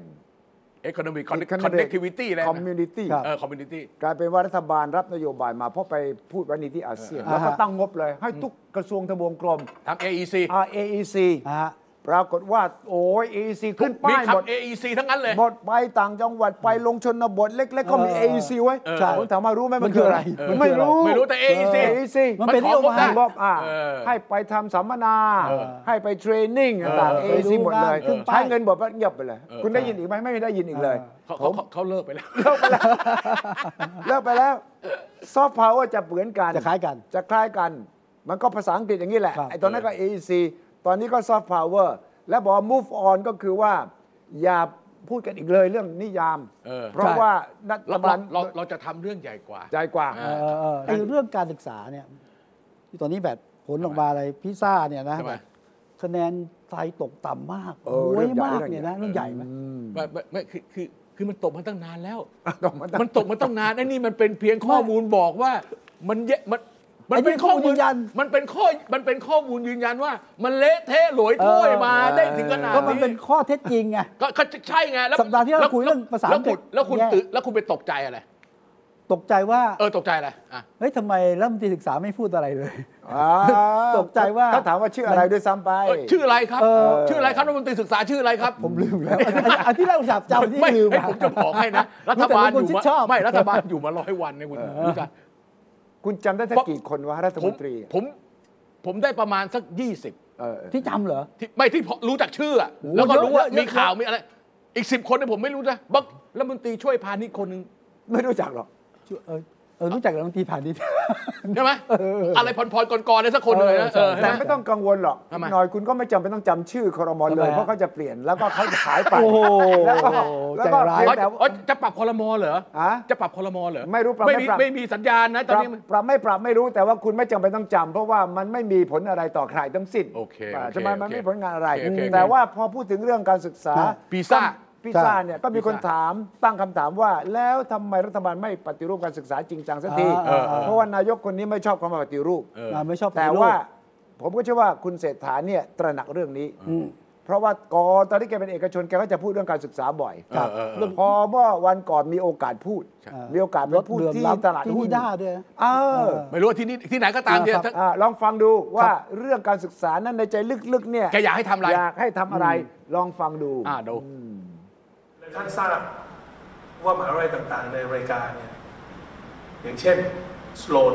Speaker 3: เอ็กโนมิกคอนเนคทิวิตี้แล้ว
Speaker 2: คอมมูนิตี้
Speaker 1: ครับ
Speaker 3: เออคอมมูนิตี้
Speaker 2: กลายเป็นว่ารัฐบาลรับนโยบายมาเพราะไปพูดไวันนี้ที่อาเซียน
Speaker 1: อ่าฮะ
Speaker 2: แล้วก็ตั้งงบเลย ให้ทุกกระทรวงทบวงกลม
Speaker 3: ทำ AEC
Speaker 2: RAEC
Speaker 1: นะฮะ
Speaker 2: ปรากฏว่า โอ้ย AEC ขึ้น
Speaker 3: มี
Speaker 2: ป้ายหมด
Speaker 3: คำ AEC ทั้งนั้นเลย
Speaker 2: หมดไปต่างจังหวัดไปลงชนบทเล็ก ๆ ก็มี
Speaker 1: เออ
Speaker 2: AEC ไว้
Speaker 3: เออ
Speaker 2: ผมถามว่ารู้ไหม
Speaker 1: มั
Speaker 2: มัน
Speaker 1: นคื
Speaker 2: คือ
Speaker 1: อ
Speaker 2: อะ
Speaker 1: อะไร ไร
Speaker 2: ไม่รู้
Speaker 3: ไม่รู้แต่ AEC
Speaker 2: เออ AEC
Speaker 1: มันเป็นนโยบาย
Speaker 2: รอบอ่ะ
Speaker 3: เออ
Speaker 2: ให้ไปทำสัมมนา
Speaker 3: เออ
Speaker 2: ให้ไปเทรนนิ่งต่างๆ
Speaker 1: เออไป
Speaker 2: AEC
Speaker 1: ดู
Speaker 2: หมดเลย
Speaker 1: บ้างขึ้นไป
Speaker 2: ใช้เงินหมดแล้วเงียบไปเลย
Speaker 3: เออ
Speaker 2: คุณได้ยินอีกไหมไม่ได้ยินอีกเลย
Speaker 3: เขาเขาเขาเขาเลิกไปแล้ว
Speaker 2: เลิกไปแล้วซอฟต์พาวเวอร์จะเหมือนกัน
Speaker 1: จะคล้ายกัน
Speaker 2: จะคล้ายกัน มันก็ภาษาอังกฤษอย่างนี้แหละ
Speaker 1: ครับ
Speaker 2: ไอ้ตอนนั้นก็ AEC ตอนนี้ก็ soft power และบอกว่า move on ก็คือว่า อย่าพูดกันอีกเลยเรื่องนิยาม
Speaker 3: เออ
Speaker 2: เพราะ
Speaker 1: ใช่
Speaker 2: ว่านัฐ
Speaker 3: เราเรา
Speaker 2: บาล
Speaker 3: เราเราจะทำเรื่องใหญ่กว่า
Speaker 2: ใจกว่า
Speaker 3: เอ
Speaker 1: เออเออไอ้เรื่องการศึกษาเนี่ยที่ตอนนี้แบบผลออกมาอะไรพิซซ่าเนี่ยนะ
Speaker 3: ใช่ไหม
Speaker 1: คะแนนไทยตกต่ำมาก
Speaker 2: เออ
Speaker 1: โวยมาก
Speaker 2: เรื่องใหญ่
Speaker 1: เนี่ยนะเรื่องใหญ่ไหม
Speaker 3: ไม่ไม่ไม่คือคือคือมันตกมาตั้งนานแล้ว
Speaker 2: ตกมาตั้ง
Speaker 3: มันตกมาตั้งนานไอ้นี่มันเป็นเพียงข้อมูลบอกว่า มันเยะมันมั
Speaker 1: ไอ้นี่ข้อมูลยืนยัน
Speaker 3: มันเป็นข้อมันเป็นข้อมูลยืนยันว่า มันเละเทะหลวยถ้วยมาได้ถึงขนาด
Speaker 1: ก็มันเป็น
Speaker 3: นี้
Speaker 1: ข้อเท็จจริงไง
Speaker 3: ก็ก็ใช่ไงแล้ว
Speaker 1: สัปดาห์ที่แล้วคุยเรื่องภาษา
Speaker 3: แล้ว
Speaker 1: อังก
Speaker 3: คุ
Speaker 1: ฤษ
Speaker 3: ณแล้วคุณ
Speaker 1: แย่
Speaker 3: ตื่นแล้วคุณไปตกใจอะไร
Speaker 1: ตกใจว่า
Speaker 3: เออตกใจอะไรอ่ะ
Speaker 1: เฮ้ยทำไมรัฐมนตรีศึกษาไม่พูดอะไรเลย
Speaker 2: อ่า
Speaker 1: ตกใจว่า
Speaker 2: ถ้าถามว่าชื่ออะไรด้วยซ้ำไป
Speaker 3: เอ้ยชื่ออะไรครับ
Speaker 1: เออ
Speaker 3: ชื่ออะไรครับรัฐมนตรีศึกษาชื่ออะไรครับ ผมลืมแล้ว
Speaker 1: อันอันอันที่เราสับจำที่
Speaker 3: ไม่
Speaker 1: ลืม
Speaker 3: ให้
Speaker 1: อะ
Speaker 3: ผมจะบอกให้
Speaker 1: [laughs]
Speaker 3: นะรัฐบาลอ
Speaker 1: รู้แต่ว่า
Speaker 3: ยู่
Speaker 1: คุณชิ
Speaker 3: มา
Speaker 1: ดชอบ
Speaker 3: ไม่รัฐบาลอยู่มาร้อยวันเนี่ยคุณรู้จัก
Speaker 2: คุณจำได้ทั้งกี่คนวะรัฐ
Speaker 3: ผม ม
Speaker 2: นตรีอะ
Speaker 3: ผมผมได้ประมาณสัก 20
Speaker 2: เออเออ
Speaker 1: ที่จำเหรอ
Speaker 3: ที่ไม่ที่พอรู้จักชื่ออะ
Speaker 1: โอ้โห
Speaker 3: แล้วก็รู้ว่า
Speaker 1: เยอะเยอะ
Speaker 3: มีข่าวมีอะไร อีกสิบคนเนี่ยผมไม่รู้นะบักรัฐมนตรีช่วยพาณิชย์คนหนึ่ง
Speaker 2: ไม่รู้จักหรอก
Speaker 1: ชื่อเออเออรู้จักรัฐมนตรีผ่านดิ
Speaker 3: ใช่ไหม
Speaker 1: เออ
Speaker 3: อะไรพรพรกรกรเนี่ยสักคนหนึ่งเลยนะเออใช่
Speaker 2: แต่
Speaker 3: ไหม
Speaker 2: ไม่ต้องกังวลหรอก
Speaker 3: ทำไม
Speaker 2: หน่อยคุณก็ไม่จำเป็นต้องจำชื่อครม
Speaker 1: ทำ
Speaker 2: เล
Speaker 1: ไม
Speaker 2: ย
Speaker 1: ฮะ
Speaker 2: เพราะเขาจะเปลี่ยนแล้วก็เขาจะหายไป
Speaker 1: โอ้โห
Speaker 2: แล้วก็แล้วก็
Speaker 1: ใจร้าย
Speaker 2: เพีย
Speaker 3: อ๋อง
Speaker 2: แต่
Speaker 3: อ๋อจะปรับคอรมอเหรอ
Speaker 2: ฮะ
Speaker 3: จะปรับคอรมอเหรอ
Speaker 2: ไม่รู้ปรับ
Speaker 3: ไม่มี
Speaker 2: ไม่ปรับ
Speaker 3: ไม่มีสัญญาณนะต
Speaker 2: ป
Speaker 3: อน
Speaker 2: รับ
Speaker 3: นี้มัน
Speaker 2: ปรับไม่ปรับไม่รู้แต่ว่าคุณไม่จำเป็นต้องจำเพราะว่ามันไม่มีผลอะไรต่อใครทั้งสิ้น
Speaker 3: โอเค
Speaker 2: อ่า
Speaker 3: โอเค
Speaker 2: ใช่ไหมมันไม่มีผลงานอะไร
Speaker 3: โอเคโอเค
Speaker 2: แต่ว่าพอพูดถึงเรื่องการศึกษา
Speaker 3: ปีซ่า
Speaker 2: ปีซ่าเนี่ยก็มีคนถามตั้งคำถามว่า แล้วทำไมรัฐบาลไม่ปฏิรูปการศึกษาจริงจังสักที
Speaker 1: เออเออเออ
Speaker 2: เพราะว่านายกคนนี้ไม่ชอบคำว่าปฏิรูป
Speaker 3: เออ
Speaker 1: ไม่ชอบป
Speaker 2: แต่
Speaker 1: ฏิรูป
Speaker 2: ว่าผมก็เชื่อว่าคุณเศรษฐาเนี่ยตระหนักเรื่องนี้ เพราะว่ากอนตอนที่แกเป็นเอกชนแกก็จะพูดเรื่องการศึกษาบ่อย
Speaker 3: ครับเออเออเออ
Speaker 2: พอเมื่อวันก่อนมีโอกาสพูด
Speaker 1: เออ
Speaker 2: มีโอกาสไปพูด
Speaker 1: รถเดื
Speaker 2: ที่
Speaker 1: อดรับ
Speaker 2: ตลาด
Speaker 1: ที่
Speaker 2: หุ้น
Speaker 1: นิด้าด้วยนะ
Speaker 2: เออ
Speaker 1: เออ
Speaker 3: ไม่รู้ว่าที่นี่ที่ไหนก็ตามเนี่ย
Speaker 1: ครับ
Speaker 3: ถ้า
Speaker 2: อ่ะลองฟังดูว่าเรื่องการศึกษานั้นในใจลึกๆเนี่ย
Speaker 3: แกอยากให้ทำอะไร
Speaker 2: อยากให้ทำอะไรลองฟังดู
Speaker 3: อ่าดู
Speaker 7: และท่านทราบว่ามหาวิทยาลัยต่างๆ ในอเมริกาเนี่ยอย่างเช่นสโลน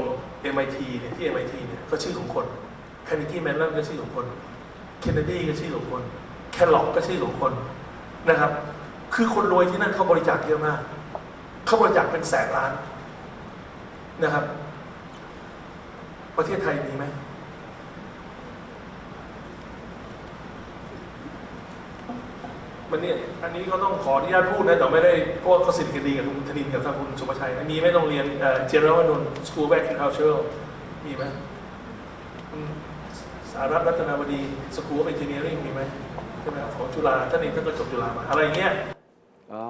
Speaker 7: MIT เนี่ยที่ MIT เนี่ยก็ชื่อของคนค n น e g ี e แมน l ั n ก็ชื่อของคนเคนเนดีก็ชื่อของคนแคลล็อกก็ชื่อของคนนะครับ คือคนรวยที่นั่นเขาบริจาคเยอะมาก เขาบริจาคเป็นแสนล้านนะครับ ประเทศไทยมีไหม
Speaker 6: ผ
Speaker 7: มันเนี่ยอันนี้ก็ต้องขออนุญาตพูดนะแต่ไม่ได้เพราะว่าเขาสนิทกันดีกับคุณธนินกับทางคุณสุภชัยนะมีไหม่ต้องเรียนเจริญวนนท์สกูลแบกคิวคาเชอร์มีไหมอืมสารัตน์รัตนาวดีสกูลเอนจิเนียริ่งมีไหมใช่ไหมครับของจุฬาท่านเองท่านก็จบจุฬามาอะไรอย่างเงี้ย
Speaker 2: อ๋อ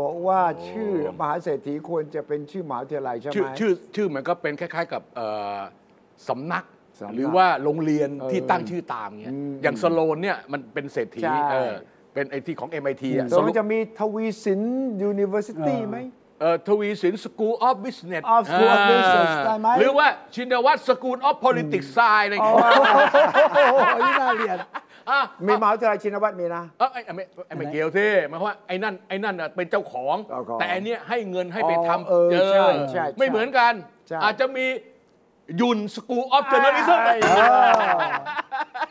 Speaker 2: บอกว่าชื่อมหาเศรษฐีควรจะเป็นชื่อมหาวิทยาลัยใช่ไห
Speaker 3: ชื่
Speaker 2: ม
Speaker 3: อชื่อชื่อมันก็เป็นคล้าย ๆกับเอ่อสำนัก
Speaker 2: สำนัก
Speaker 3: หรือว่าโรงเรียน
Speaker 2: เออ
Speaker 3: ที่ตั้งชื่อตามเงี้ย
Speaker 2: อืม
Speaker 3: อย่างสโลนเนี่ยมันเป็นเศรษฐี
Speaker 2: ใช่
Speaker 3: เออเป็นไอที่ของ MIT อ่ะ
Speaker 2: โดยมันจะมีทวีสิน University ไหม
Speaker 3: เอ่อทวีสิน School of Business
Speaker 2: Of School of Business
Speaker 3: อ่า
Speaker 2: ได้ไหม
Speaker 3: หรือว่าชินวัตร School of Politics Science อะไร
Speaker 2: โอ้โห
Speaker 3: เงี้ย
Speaker 2: นี่น่าเรียน
Speaker 3: อ่ะ
Speaker 2: มีมหาวิทยาลัยชินวัตรมีนะ
Speaker 3: เออไอ้ไอ้ไม่ไอ้ไม่เกี่ยวที่หมายความว่าไอ้นั่นไอ้นั่นน่ะเป็นเจ้าของ
Speaker 2: เจ้าของ
Speaker 3: แต่อันเนี้ยให้เงินให้ไป
Speaker 2: อ๋อ
Speaker 3: ทำ
Speaker 2: เออใช่ใช่
Speaker 3: ไม่
Speaker 2: ใช่
Speaker 3: เหมือนกัน
Speaker 2: ใช่
Speaker 3: อาจจะมียุน School of Journalism
Speaker 1: เออ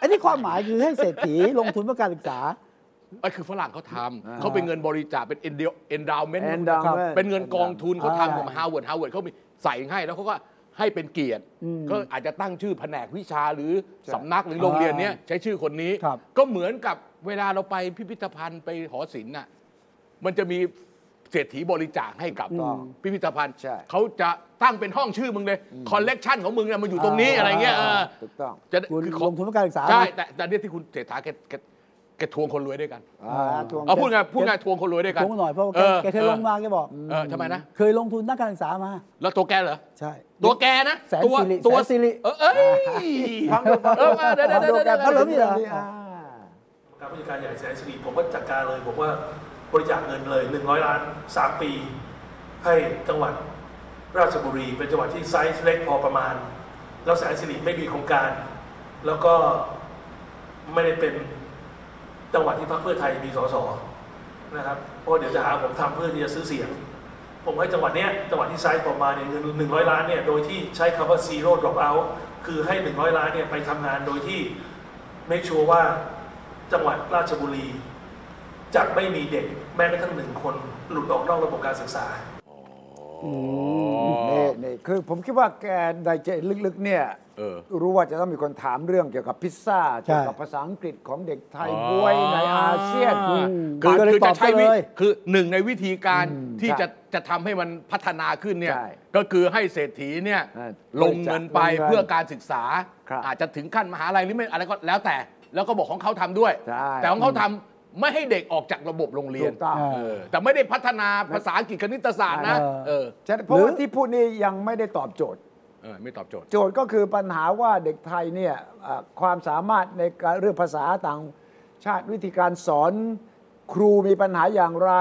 Speaker 1: อันนี้ความหมายคือให้เศรษฐีลงทุนเพื่อการศึกษา
Speaker 3: ไอ้คือฝรั่งเขาทำเขาเป็นเงินบริจาคเป็น endow- endowment นะ
Speaker 2: Endowment
Speaker 3: เป็นเงินกองทุนเขา
Speaker 1: อ่า
Speaker 3: ทำของฮาวเวิร์ดฮาวเวิร์ดเขามีใส่ให้แล้วเขาก็ให้เป็นเกียรติ ก็อาจจะตั้งชื่อแผนกวิชาหรือสำนักหรือโรงเรียนเนี้ยใช้ชื่อคนนี้
Speaker 1: ครับ
Speaker 3: ก็เหมือนกับเวลาเราไปพิพิธภัณฑ์ไปหอศิลป์น่ะมันจะมีเศรษฐีบริจาคให้กับพิพิธภัณฑ์
Speaker 2: ใช่
Speaker 3: เขาจะตั้งเป็นห้องชื่อมึงเลยคอลเลกชันของมึงเนี่ยมันอยู่ตรงนี้อะไรเงี้ยเออ
Speaker 2: ถูกต้อง
Speaker 3: จะได้
Speaker 1: คุณ
Speaker 3: คือ
Speaker 1: ลงทุนเพื่อการศึกษา
Speaker 3: ใช่
Speaker 1: นะ
Speaker 3: แต่แต่เนี่ยที่คุณเศรษฐาแกแกแกทวงคนรวยด้วยกัน
Speaker 2: อ่าทวง
Speaker 3: เอาพูดไงพูดไงทวงคนรวยด้วยกัน
Speaker 1: ลงหน่อยเพราะว่าแกแกเคยลงมาแกบอก
Speaker 3: เออทำไมนะ
Speaker 1: เคยลงทุนด้านการศึกษามา
Speaker 3: แล้วตัวแกเหรอ
Speaker 1: ใช่
Speaker 3: ตัวแกนะ
Speaker 1: แสน
Speaker 3: ตัว
Speaker 1: สิริ
Speaker 3: ตัว
Speaker 1: แสนสิริ
Speaker 3: เออเอ้ย
Speaker 2: ฟังดูฟัง
Speaker 3: เอ
Speaker 2: ดู
Speaker 3: อเดี๋ยวเดี๋ยว
Speaker 2: ฟังดู
Speaker 3: เดี๋
Speaker 2: กั
Speaker 3: ยวเดี๋ย
Speaker 2: น
Speaker 1: อา ฟังรมณ์
Speaker 3: วเดี๋ยว
Speaker 1: นี่เหรอ
Speaker 2: อ่า
Speaker 7: การผู้จัดการใหญ่แสนสิริผมก็จัดการเลยบอกว่าบริจาคเงินเลย 100 ล้าน 3 ปี ให้จังหวัดราชบุรี เป็นจังหวัดที่ไซส์เล็กพอประมาณ แล้วแสนสิริไม่มีโครงการ แล้วก็ไม่ได้เป็นจังหวัดที่พรรคเพื่อไทยมีสสนะครับเพราะเดี๋ยวจะหาผมทำเพื่อที่จะซื้อเสียง ผมให้จังหวัดเนี้ยจังหวัดที่ไซส์ประมาณเนี่ยเงินหนึ่งร้อยล้านเนี่ยโดยที่ใช้คำว่า zero drop out คือให้หนึ่งร้อยล้านเนี่ยไปทำงานโดยที่ ไม่ชัวร์ว่าจังหวัดราชบุรีจะไม่มีเด็กแม้กระทั่งหนึ่งคนหลุดออกนอกระบบการศึกษา
Speaker 2: นี่นี่คือผมคิดว่าแกในใจลึกๆเนี่ย
Speaker 3: เออ
Speaker 2: รู้ว่าจะต้องมีคนถามเรื่องเกี่ยวกับพิซซ่า
Speaker 1: ใช่
Speaker 2: เกี่ยวกับภาษาอังกฤษของเด็กไทยบวยในอาเซียน
Speaker 3: อ่า
Speaker 1: ก็
Speaker 3: คื
Speaker 1: เลย
Speaker 3: อคือ
Speaker 1: ตอ
Speaker 3: จะ
Speaker 1: บ
Speaker 3: ใช้
Speaker 1: ไป
Speaker 3: วิ
Speaker 1: เลย
Speaker 3: คือหนึ่งในวิธีการ
Speaker 2: อืม
Speaker 3: ที่
Speaker 2: ใช่
Speaker 3: จะจะทำให้มันพัฒนาขึ้นเนี่ย
Speaker 2: ใช่
Speaker 3: ก็คือให้เศรษฐีเนี่ย
Speaker 2: เออ
Speaker 3: ลงเงินไป
Speaker 2: ลงเงิน
Speaker 3: เพื่อการศึกษา
Speaker 2: ครับ
Speaker 3: อาจจะถึงขั้นมหาลัยหรือไม่อะไรก็แล้วแต่ แล้วก็บอกของเขาทำด้วย
Speaker 2: ใช่
Speaker 3: แต่ของเขาทำไม่ให้เด็กออกจากระบบโรงเรีย
Speaker 2: ถู
Speaker 3: น
Speaker 2: กต้อง
Speaker 1: เอ
Speaker 3: เออแต่ไม่ได้พัฒนาภาษาอังกฤษคณิตศาสตร์นะ
Speaker 1: เออ
Speaker 3: เออ
Speaker 2: ฉะนั้นเพราะว่าที่พูดนี่ยังไม่ได้ตอบโจทย์
Speaker 3: เออไม่ตอบโจทย์
Speaker 2: โจทย์ก็คือปัญหาว่าเด็กไทยเนี่ยเอ่อความสามารถในการเรื่องภาษาต่างชาติวิธีการสอน ครูมีปัญหาอย่างไร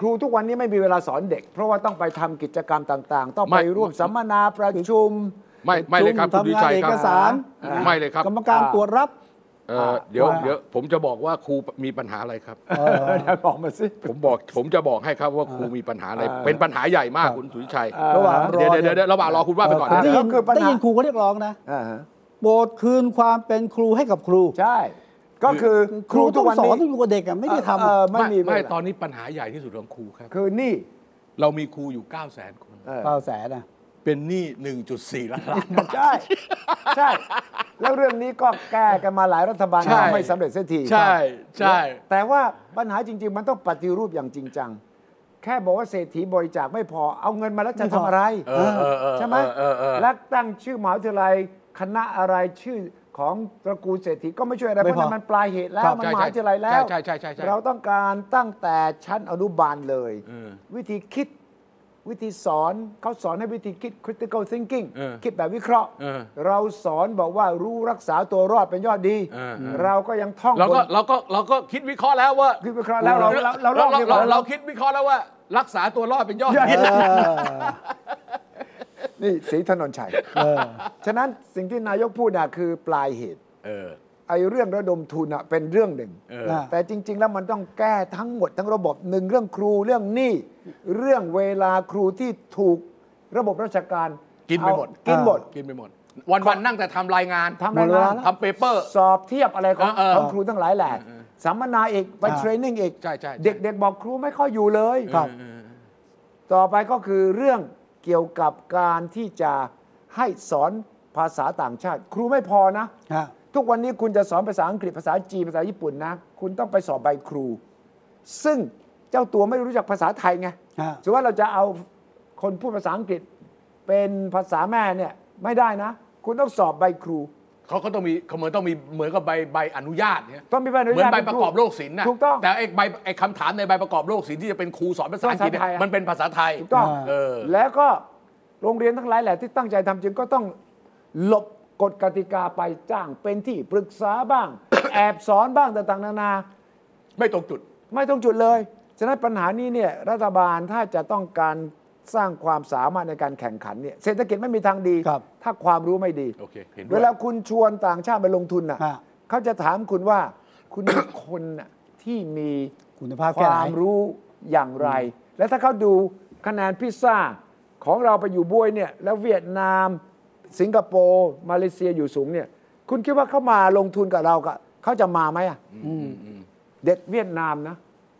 Speaker 2: ครูทุกวันนี้ไม่มีเวลาสอนเด็ก เพราะว่าต้องไปทำกิจกรรมต่างๆ ต้อง
Speaker 3: ไม่
Speaker 2: ไปร่วมสัมมนาประชุม
Speaker 3: ไม่ไม่เลยครับ
Speaker 1: จุ่
Speaker 3: คุ
Speaker 1: ม
Speaker 3: ณวิชัยค
Speaker 1: ทำงานเอ
Speaker 3: รั
Speaker 1: บ กสาร
Speaker 2: อ่า
Speaker 3: ไม่เลยครับ
Speaker 1: กรรมการตรวจรับ
Speaker 3: เอ่อเดี๋ยว
Speaker 1: ว่า
Speaker 3: เดี๋ยวผมจะบอกว่าครูมีปัญหาอะไรครับ
Speaker 2: เออเดี๋ยวบอกมาสิ
Speaker 3: ผมบอกผมจะบอกให้ครับว่าครูมีปัญหาอะไร
Speaker 2: เออ
Speaker 3: เป็นปัญหาใหญ่มากคุณสุวิชัย
Speaker 1: ระหว่างรอ
Speaker 3: เดี๋ยวเดี๋ยวเดี๋ยวเดี๋ยวระหว่างรอคุณว่าไปก่อน
Speaker 1: ผมได้
Speaker 3: นะ
Speaker 1: ยิน
Speaker 2: ก็คือปัญหา
Speaker 1: ได้ยินครูเขาเรียกร้องนะ
Speaker 2: อ่าฮะ
Speaker 1: โปรดคืนความเป็นครูให้กับครู
Speaker 2: ใช่ ก็คือค
Speaker 1: ค
Speaker 2: รู
Speaker 1: รู
Speaker 2: ทุ
Speaker 1: ต้
Speaker 2: ก
Speaker 1: อง
Speaker 2: วัน
Speaker 1: สอ
Speaker 2: นี้
Speaker 1: นลูกเด็กอะไม่ได้ทำ
Speaker 2: เอ
Speaker 1: อะ
Speaker 2: อไม่มี
Speaker 3: ไม่
Speaker 2: เวลา
Speaker 3: ตอนนี้ปัญหาใหญ่ที่สุดของครูครับ
Speaker 2: คือหนี่
Speaker 3: เรามีครูอยู่ 9 0 0 0 0 0 คน
Speaker 2: เออ
Speaker 1: เก้าแสนอ่ะ
Speaker 3: เป็นหนี้ 1.4 ล้านล้านบาท
Speaker 2: [laughs] ใช่ ใช่ แล้วเรื่องนี้ก็แก้กันมาหลายรัฐบาล
Speaker 3: ใช่
Speaker 2: ไม่สำเร็จเสียที
Speaker 3: ใช่ใช่
Speaker 2: แต่ว่าปัญหาจริง ๆ มันต้องปฏิรูปอย่างจริงจัง แค่บอกว่าเศรษฐีบริจาคไม่พอ เอาเงินมาแล้วจะ
Speaker 1: ไม่พอ
Speaker 2: ทำอะไร
Speaker 3: เออเออเออ
Speaker 2: ใช่ไหม
Speaker 3: เออเออเออ
Speaker 2: แล้วตั้งชื่อมหาวิทยาลัยคณะอะไรชื่อของตระกูลเศรษฐีก็ไม่ช่วยอะไร เพราะนั้นมันปลายเหตุแล้ว มันมหาวิทยาลัยแล้ว
Speaker 3: ใช่ใช่ใช่ใช่
Speaker 2: เราต้องการตั้งแต่ชั้นอนุบาลเลย
Speaker 3: เออ
Speaker 2: วิธีคิดวิธีสอนเขาสอนให้วิธีคิด critical thinking
Speaker 3: เออ
Speaker 2: คิดแบบวิเคราะห์
Speaker 3: เออ
Speaker 2: เราสอนบอกว่ารู้รักษาตัวรอดเป็นยอดดี
Speaker 3: เออเออ
Speaker 2: เราก็ยังท่อง
Speaker 3: เรา
Speaker 2: บ
Speaker 3: ก็
Speaker 2: น
Speaker 3: เราก็เราก็คิดวิเคราะห์แล้วว่า
Speaker 2: คิดวิเคราะห์แล้วเราเราเราลองดีกว่า
Speaker 3: เราคิดวิเคราะห์แล้วว่า รักษาตัวรอดเป็นยอดเยี่ยม [laughs]
Speaker 2: นี่สีถนนชัยฉะนั้นสิ่งที่นายกพูดนะคือปลายเหตุไอ้เรื่องระดมทุนน่ะเป็นเรื่องหนึ่ง
Speaker 3: เออ
Speaker 2: แต่จริง ๆ แล้วมันต้องแก้ทั้งหมดทั้งระบบหนึ่งเรื่องครูเรื่องหนี้เรื่องเวลาครูที่ถูกระบบราชการ
Speaker 3: กินไปหมด
Speaker 2: เอากินหมด
Speaker 3: กินไปหมด วันวันๆนั่งแต่ทำรายงาน
Speaker 2: ทำอะไรมา
Speaker 3: ทำเปเปอร์
Speaker 2: สอบเทียบอะไรของ
Speaker 3: เออเออ
Speaker 2: ของครูทั้งหลายแหละสัมมนาอีกไป
Speaker 1: อ่า
Speaker 2: เทรนนิ่งอีก
Speaker 3: ใช่ใช่ใช่
Speaker 2: เด็กๆบอกครูไม่ค่อยอยู่เลย
Speaker 1: ครับ
Speaker 2: ต่อไปก็คือเรื่องเกี่ยวกับการที่จะให้สอนภาษาต่างชาติ ครูไม่พอนะ
Speaker 1: ฮะ
Speaker 2: ทุกวันนี้คุณจะสอนภาษาอังกฤษภาษาจีนภาษาญี่ปุ่นนะ คุณต้องไปสอบใบครู ซึ่งเจ้าตัวไม่รู้จักภาษาไทยไง
Speaker 1: ฮะ
Speaker 2: สมมติว่าเราจะเอาคนพูดภาษาอังกฤษ เป็นภาษาแม่เนี่ยไม่ได้นะ คุณต้องสอบใบครู
Speaker 3: เขาก็ต้องมีเขาเหมือนต้องมีเหมือนกับใบใบอนุญาตเนี่ย
Speaker 2: ต้องมีใบอนุญาต
Speaker 3: เหมือนใบประกอบโรคศิลป์นะ
Speaker 2: ถูกต้อง
Speaker 3: แต่ไอ้ใบไอ้คำถามในใบประกอบโรคศิลป์ที่จะเป็นครูสอนภาษาอังกฤษเนี่ย
Speaker 2: ภาษาไทยอะ
Speaker 3: มันเป็นภาษาไทย
Speaker 2: ถูกต้อง
Speaker 3: เออ
Speaker 2: แล้วก็โรงเรียนทั้งหลายแหละที่ตั้งใจทำจริงก็ต้องหลบกฎกติกาไปจ้างเป็นที่ปรึกษาบ้าง [coughs] แอบสอนบ้างต่างๆ นานา
Speaker 3: ไม่ตรงจุด
Speaker 2: ไม่ตรงจุดเลย ฉะนั้นปัญหานี้เนี่ยรัฐบาลถ้าจะต้องการสร้างความสามารถในการแข่งขันเนี่ยเศรษฐกิจไม่มีทางดี
Speaker 1: ครับ
Speaker 2: ถ้าความรู้ไม่ดี
Speaker 3: โอเคเห็นด้วย
Speaker 2: เวลาคุณชวนต่างชาติไปลงทุนน่ะ
Speaker 1: ฮะ
Speaker 2: เขาจะถามคุณว่าคุณมี คนน่ะที่มี
Speaker 1: คุณภาพ
Speaker 2: ค
Speaker 1: แค่ไหน
Speaker 2: วามรู้อย่างไร และถ้าเขาดูคะแนนพิซซ่าของเราไปอยู่บ้วยเนี่ยแล้วเวียดนาม สิงคโปร์มาเลเซียอยู่สูงเนี่ยคุณคิดว่าเขามาลงทุนกับเรากะเขาจะมาไหมอ่ะ เด็กเวียดนามนะ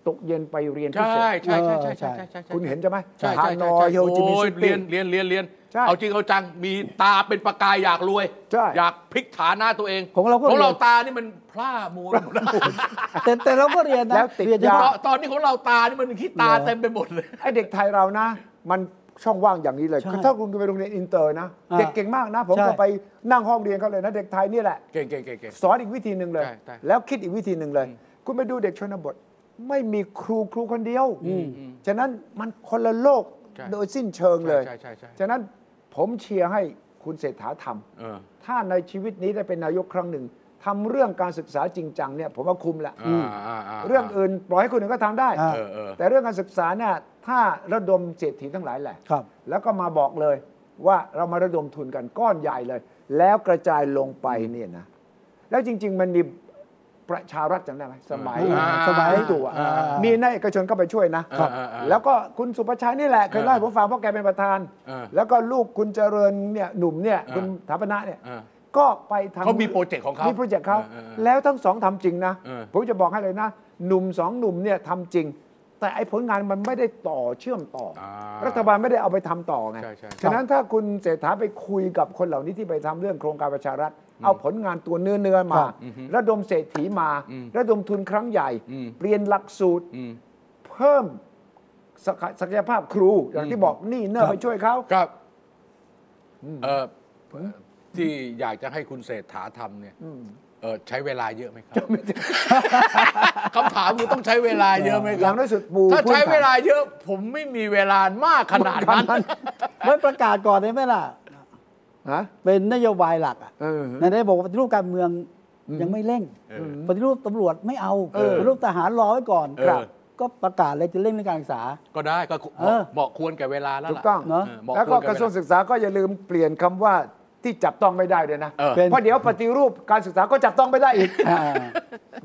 Speaker 2: ตกเย็นไปเรียนพิ
Speaker 3: ใช่
Speaker 2: เศษ
Speaker 3: ใช่ใช่
Speaker 1: เออ
Speaker 3: ใช่ใช่
Speaker 1: ใช่
Speaker 3: ใช่ใช่
Speaker 2: คุณเห็นใช่ไหม
Speaker 3: ใช่
Speaker 2: ฮา
Speaker 3: ใช่
Speaker 2: น
Speaker 3: ใช่
Speaker 2: อยเฮลจิมิน
Speaker 3: โอ้
Speaker 2: ซิ
Speaker 3: ย
Speaker 2: ตี้
Speaker 3: เรียนเรียนเรียนเรียน
Speaker 2: ใช่
Speaker 3: เอาจริงเอาจังมีตาเป็นประกายอยากรวย
Speaker 2: ใช่
Speaker 3: อยากพลิกฐานะตัวเอง
Speaker 1: ของเราก็
Speaker 3: ของเรา
Speaker 1: เรียน
Speaker 3: ตานี่มันพล่ามั
Speaker 2: [laughs]
Speaker 3: วหมดแล้ว
Speaker 1: แต่แต่เราก็เรียนนะ
Speaker 2: แล้วติด
Speaker 1: เรีนเฉ
Speaker 2: ยา
Speaker 1: พาะ
Speaker 3: ตอนนี้ของเราตานี่มันขี้ตา
Speaker 1: เหรอ
Speaker 3: เต็มไปหมดเลย
Speaker 2: ไอเด็กไทยเรานะ มันช่องว่างอย่างนี้เลย
Speaker 1: ใช่
Speaker 2: คือถ้าคุณไปโรงเรียนอินเตอร์นะ
Speaker 1: อ่า
Speaker 2: เด็กเก่งมากนะ ผม
Speaker 1: ใช่
Speaker 2: ก็ไปนั่งห้องเรียนเขาเลยนะ เด็กไทยนี่แหละ
Speaker 3: เก่งเก่งเก่งเก่ง
Speaker 2: สอนอีกวิธีหนึ่งเลย
Speaker 3: ใช่ใช่
Speaker 2: แล้วคิดอีกวิธีหนึ่งเลย คุณไปดูเด็กชนบท ไม่มีครูครูคนเดียวฉะนั้นมันคนละโลก
Speaker 3: ใช่
Speaker 2: โดยสิ้นเชิงเลย
Speaker 3: ใช่ใช่ใช่ใช่
Speaker 2: ฉะนั้นผมเชียร์ให้คุณเศรษฐาทำ
Speaker 3: เออ
Speaker 2: ถ้าในชีวิตนี้ได้เป็นนายกครั้งหนึ่งทำเรื่องการศึกษาจริงจังเนี่ยผมว่าคุ้มละ
Speaker 3: อ่าอ่าา
Speaker 2: เรื่องอื่นปล่อยให้คนอื่นก็ทำได้
Speaker 1: อ่า
Speaker 3: เออเออ
Speaker 2: แต่เรื่องการศึกษาเนี่ยถ้าระดมเศรษฐีทั้งหลายแหละ
Speaker 1: ครับ
Speaker 2: แล้วก็มาบอกเลยว่าเรามาระดมทุนกันก้อนใหญ่เลย แล้วกระจายลงไปเนี่ยนะ แล้วจริง ๆ มันมีประชารัฐจำได้ไหมสมัย
Speaker 1: อ่าสมัย
Speaker 2: ลุงตู่อะ
Speaker 1: อ่า
Speaker 2: มีนักเอกชนเข้าไปช่วยนะครับ
Speaker 3: อ่า
Speaker 2: แล้วก็คุณสุประชัยนี่แหละเคยเล่าให้ผมฟังเพราะแกเป็นประธาน
Speaker 3: อ่า
Speaker 2: แล้วก็ลูกคุณเจริญเนี่ยหนุ่มเนี่ย
Speaker 3: อ่า
Speaker 2: คุณถาปนะเนี่ย
Speaker 3: อ่า
Speaker 2: ก็ไปทำ
Speaker 3: เขามีโปรเจกต์ของเขา
Speaker 2: มีโปรเจกต์เขา
Speaker 3: อ่าอ่า
Speaker 2: แล้วทั้งสองทำจริงนะ
Speaker 3: อ่า
Speaker 2: ผมจะบอกให้เลยนะหนุ่มสองหนุ่มเนี่ยทำจริง แต่ไอ้ผลงานมันไม่ได้ต่อเชื่อมต่ออ
Speaker 3: อ่า
Speaker 2: รัฐบาลไม่ได้เอาไปทำต่อไง
Speaker 3: ใช่ใช่
Speaker 2: ฉะนั้นถ้าคุณเศรษฐาไปคุยกับคนเหล่านี้ที่ไปทำเรื่องโครงการประชารัฐ เอาผลงานตัวเนื้อเนื้อๆมา ระดมเศรษฐีมา ระดมทุนครั้งใหญ่ เปลี่ยนหลักสูตร
Speaker 3: อืม
Speaker 2: เพิ่มศักยศักยภาพครู อย่างที่บอกนี่เนอร์ไปช่วยเขา
Speaker 3: ครับเออที่อยากจะให้คุณเศรษฐาทำเนี่ยเออใช้เวลาเยอะไหมครับ [laughs] คำถามคือต้องใช้เวลาเยอะไหม
Speaker 2: อ
Speaker 3: ครั
Speaker 2: ย่า
Speaker 3: บ
Speaker 2: งน้อยสุดปู
Speaker 3: ถ้าใช้
Speaker 2: พื้นฐน
Speaker 3: เวลาเยอะ ผมไม่มีเวลามากขนาดนั้น
Speaker 1: ไม่ประกาศก่อนได้ไหมล่ะ
Speaker 2: ฮะ
Speaker 1: เป็นนโยบายหลักอ่ะ
Speaker 2: เออ
Speaker 1: ในได้บอกว่าปฏิรูปการเมืองยังไม่เร่งปฏิรูปตำรวจไม่เอา
Speaker 3: เออ
Speaker 1: ปฏิรูปทหารรอไว้ก่อน
Speaker 3: เออ
Speaker 1: ครับก็ประกาศเลยจะเร่งเรื่องการศึกษา
Speaker 3: ก็ได้ก็
Speaker 1: เออ
Speaker 3: เหมาะควรกับเวลาแล้ว
Speaker 2: ถู
Speaker 3: ล่ะ
Speaker 2: กต้อง
Speaker 1: เนอะ
Speaker 3: เออเหมาะ
Speaker 2: แล้วก็
Speaker 3: ควบ
Speaker 2: กระทรวงศึกษาก็อย่าลืมเปลี่ยนคำว่าที่จับต้องไม่ได้ด้วยนะ
Speaker 3: เออ
Speaker 1: เป็น
Speaker 2: เพราะเดี๋ยวปฏิรูปการศึกษาก็จับต้องไม่ได้อีก
Speaker 1: อ่า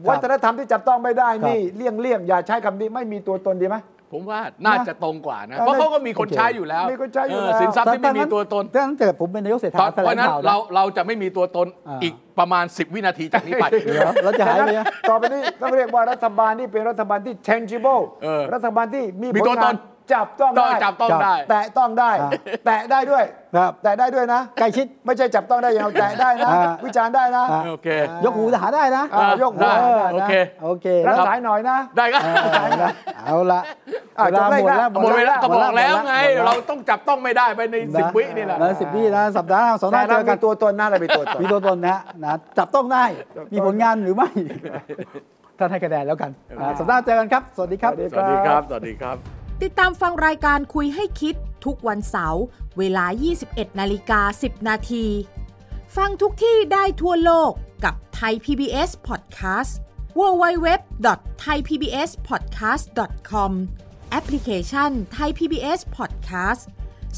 Speaker 2: วัฒนธรรมที่จับต้องไม่ได้
Speaker 1: ครับ
Speaker 2: นี่เลี่ยงเลี่ยงๆอย่าใช้คำนี้ไม่มีตัวตนดีไหม
Speaker 3: ผมว่าน่าจะตรงกว่านะ
Speaker 2: เออ
Speaker 3: เพราะเขาก็มีคนใช้อยู่แล้ว
Speaker 2: มีคนใช้อยู่แล้ว
Speaker 3: เสินทรัพย์ที่ไม่มีตัวตน
Speaker 1: ตั้งแต่ผมเป็นนายกเศรษฐา
Speaker 3: ตอน
Speaker 1: แถล
Speaker 3: เพราะ
Speaker 1: ง
Speaker 3: ฉะนั้น
Speaker 1: ข่าวนะ
Speaker 3: เราเราจะไม่มีตัวตน
Speaker 1: อ่า
Speaker 3: อีกประมาณ 10 วินาทีจากนี้ไป
Speaker 1: เดี๋ยวเราจะหายไปนะ
Speaker 2: ต่อไปนี้ต้องเรียกว่ารัฐบาลที่เป็นรัฐบาลที่ tangible
Speaker 3: เออ
Speaker 2: รัฐบาลที่มี
Speaker 3: มี
Speaker 2: ผล
Speaker 3: ตัวต
Speaker 2: งาน
Speaker 3: น
Speaker 2: จับต้อง
Speaker 3: ต้อง
Speaker 2: ได้
Speaker 3: จับต้องได้
Speaker 2: แตะต้องได้
Speaker 1: อ่า
Speaker 2: แตะได้ด้วย
Speaker 1: ครับ
Speaker 2: แตะได้ด้วยนะ
Speaker 1: ใกล้ชิด
Speaker 2: ไม่ใช่จับต้องได้อย่างเดียวแตะได้นะ
Speaker 1: อ่า
Speaker 2: วิจารณ์ได้นะ
Speaker 1: อ่ะ
Speaker 3: โอเค
Speaker 1: ยกหูทหารได้นะ
Speaker 2: อ่ายกหู
Speaker 1: ได้ได้
Speaker 3: โอเค
Speaker 1: โอเคแล้
Speaker 2: รับ
Speaker 1: ว
Speaker 2: สายหน่อยนะ
Speaker 3: ได้ก็
Speaker 1: เอาละเอาละ
Speaker 2: อ่ะจบเลยครับ
Speaker 3: หมดเวลาก็
Speaker 1: หม
Speaker 3: บ
Speaker 1: ด
Speaker 3: อกแล้วไง
Speaker 1: หมด
Speaker 3: เราต้องจับต้องไม่ได้ไปในสิบวินี่แหละ
Speaker 1: นะสิบวินะสัปดาห์หน้าสองห
Speaker 2: แต่
Speaker 1: น้าเจอ
Speaker 2: เรา
Speaker 1: กั
Speaker 2: มี
Speaker 1: น
Speaker 2: ตัวตนนะเรามีตัวตน
Speaker 1: มีตัวตนนะฮะนะจับต้องได้ มีผลงานหรือ
Speaker 3: [laughs]
Speaker 1: ไม่ ท่านให้คะแนนแล้วกันอ่าสัปดาห์เจอกันครับ สวัสดีครับ
Speaker 3: สวัสดีครับ สวัสดีครับ
Speaker 8: ติดตามฟังรายการคุยให้คิดทุกวันเสาร์เวลา 21 นาฬิกา 10 นาที ฟังทุกที่ได้ทั่วโลกกับ t h a i PBS Podcast www.thaipbspodcast.com แอปพลิเคชัน t h a i PBS Podcast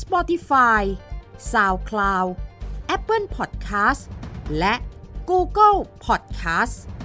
Speaker 8: Spotify SoundCloud Apple Podcast และ Google Podcast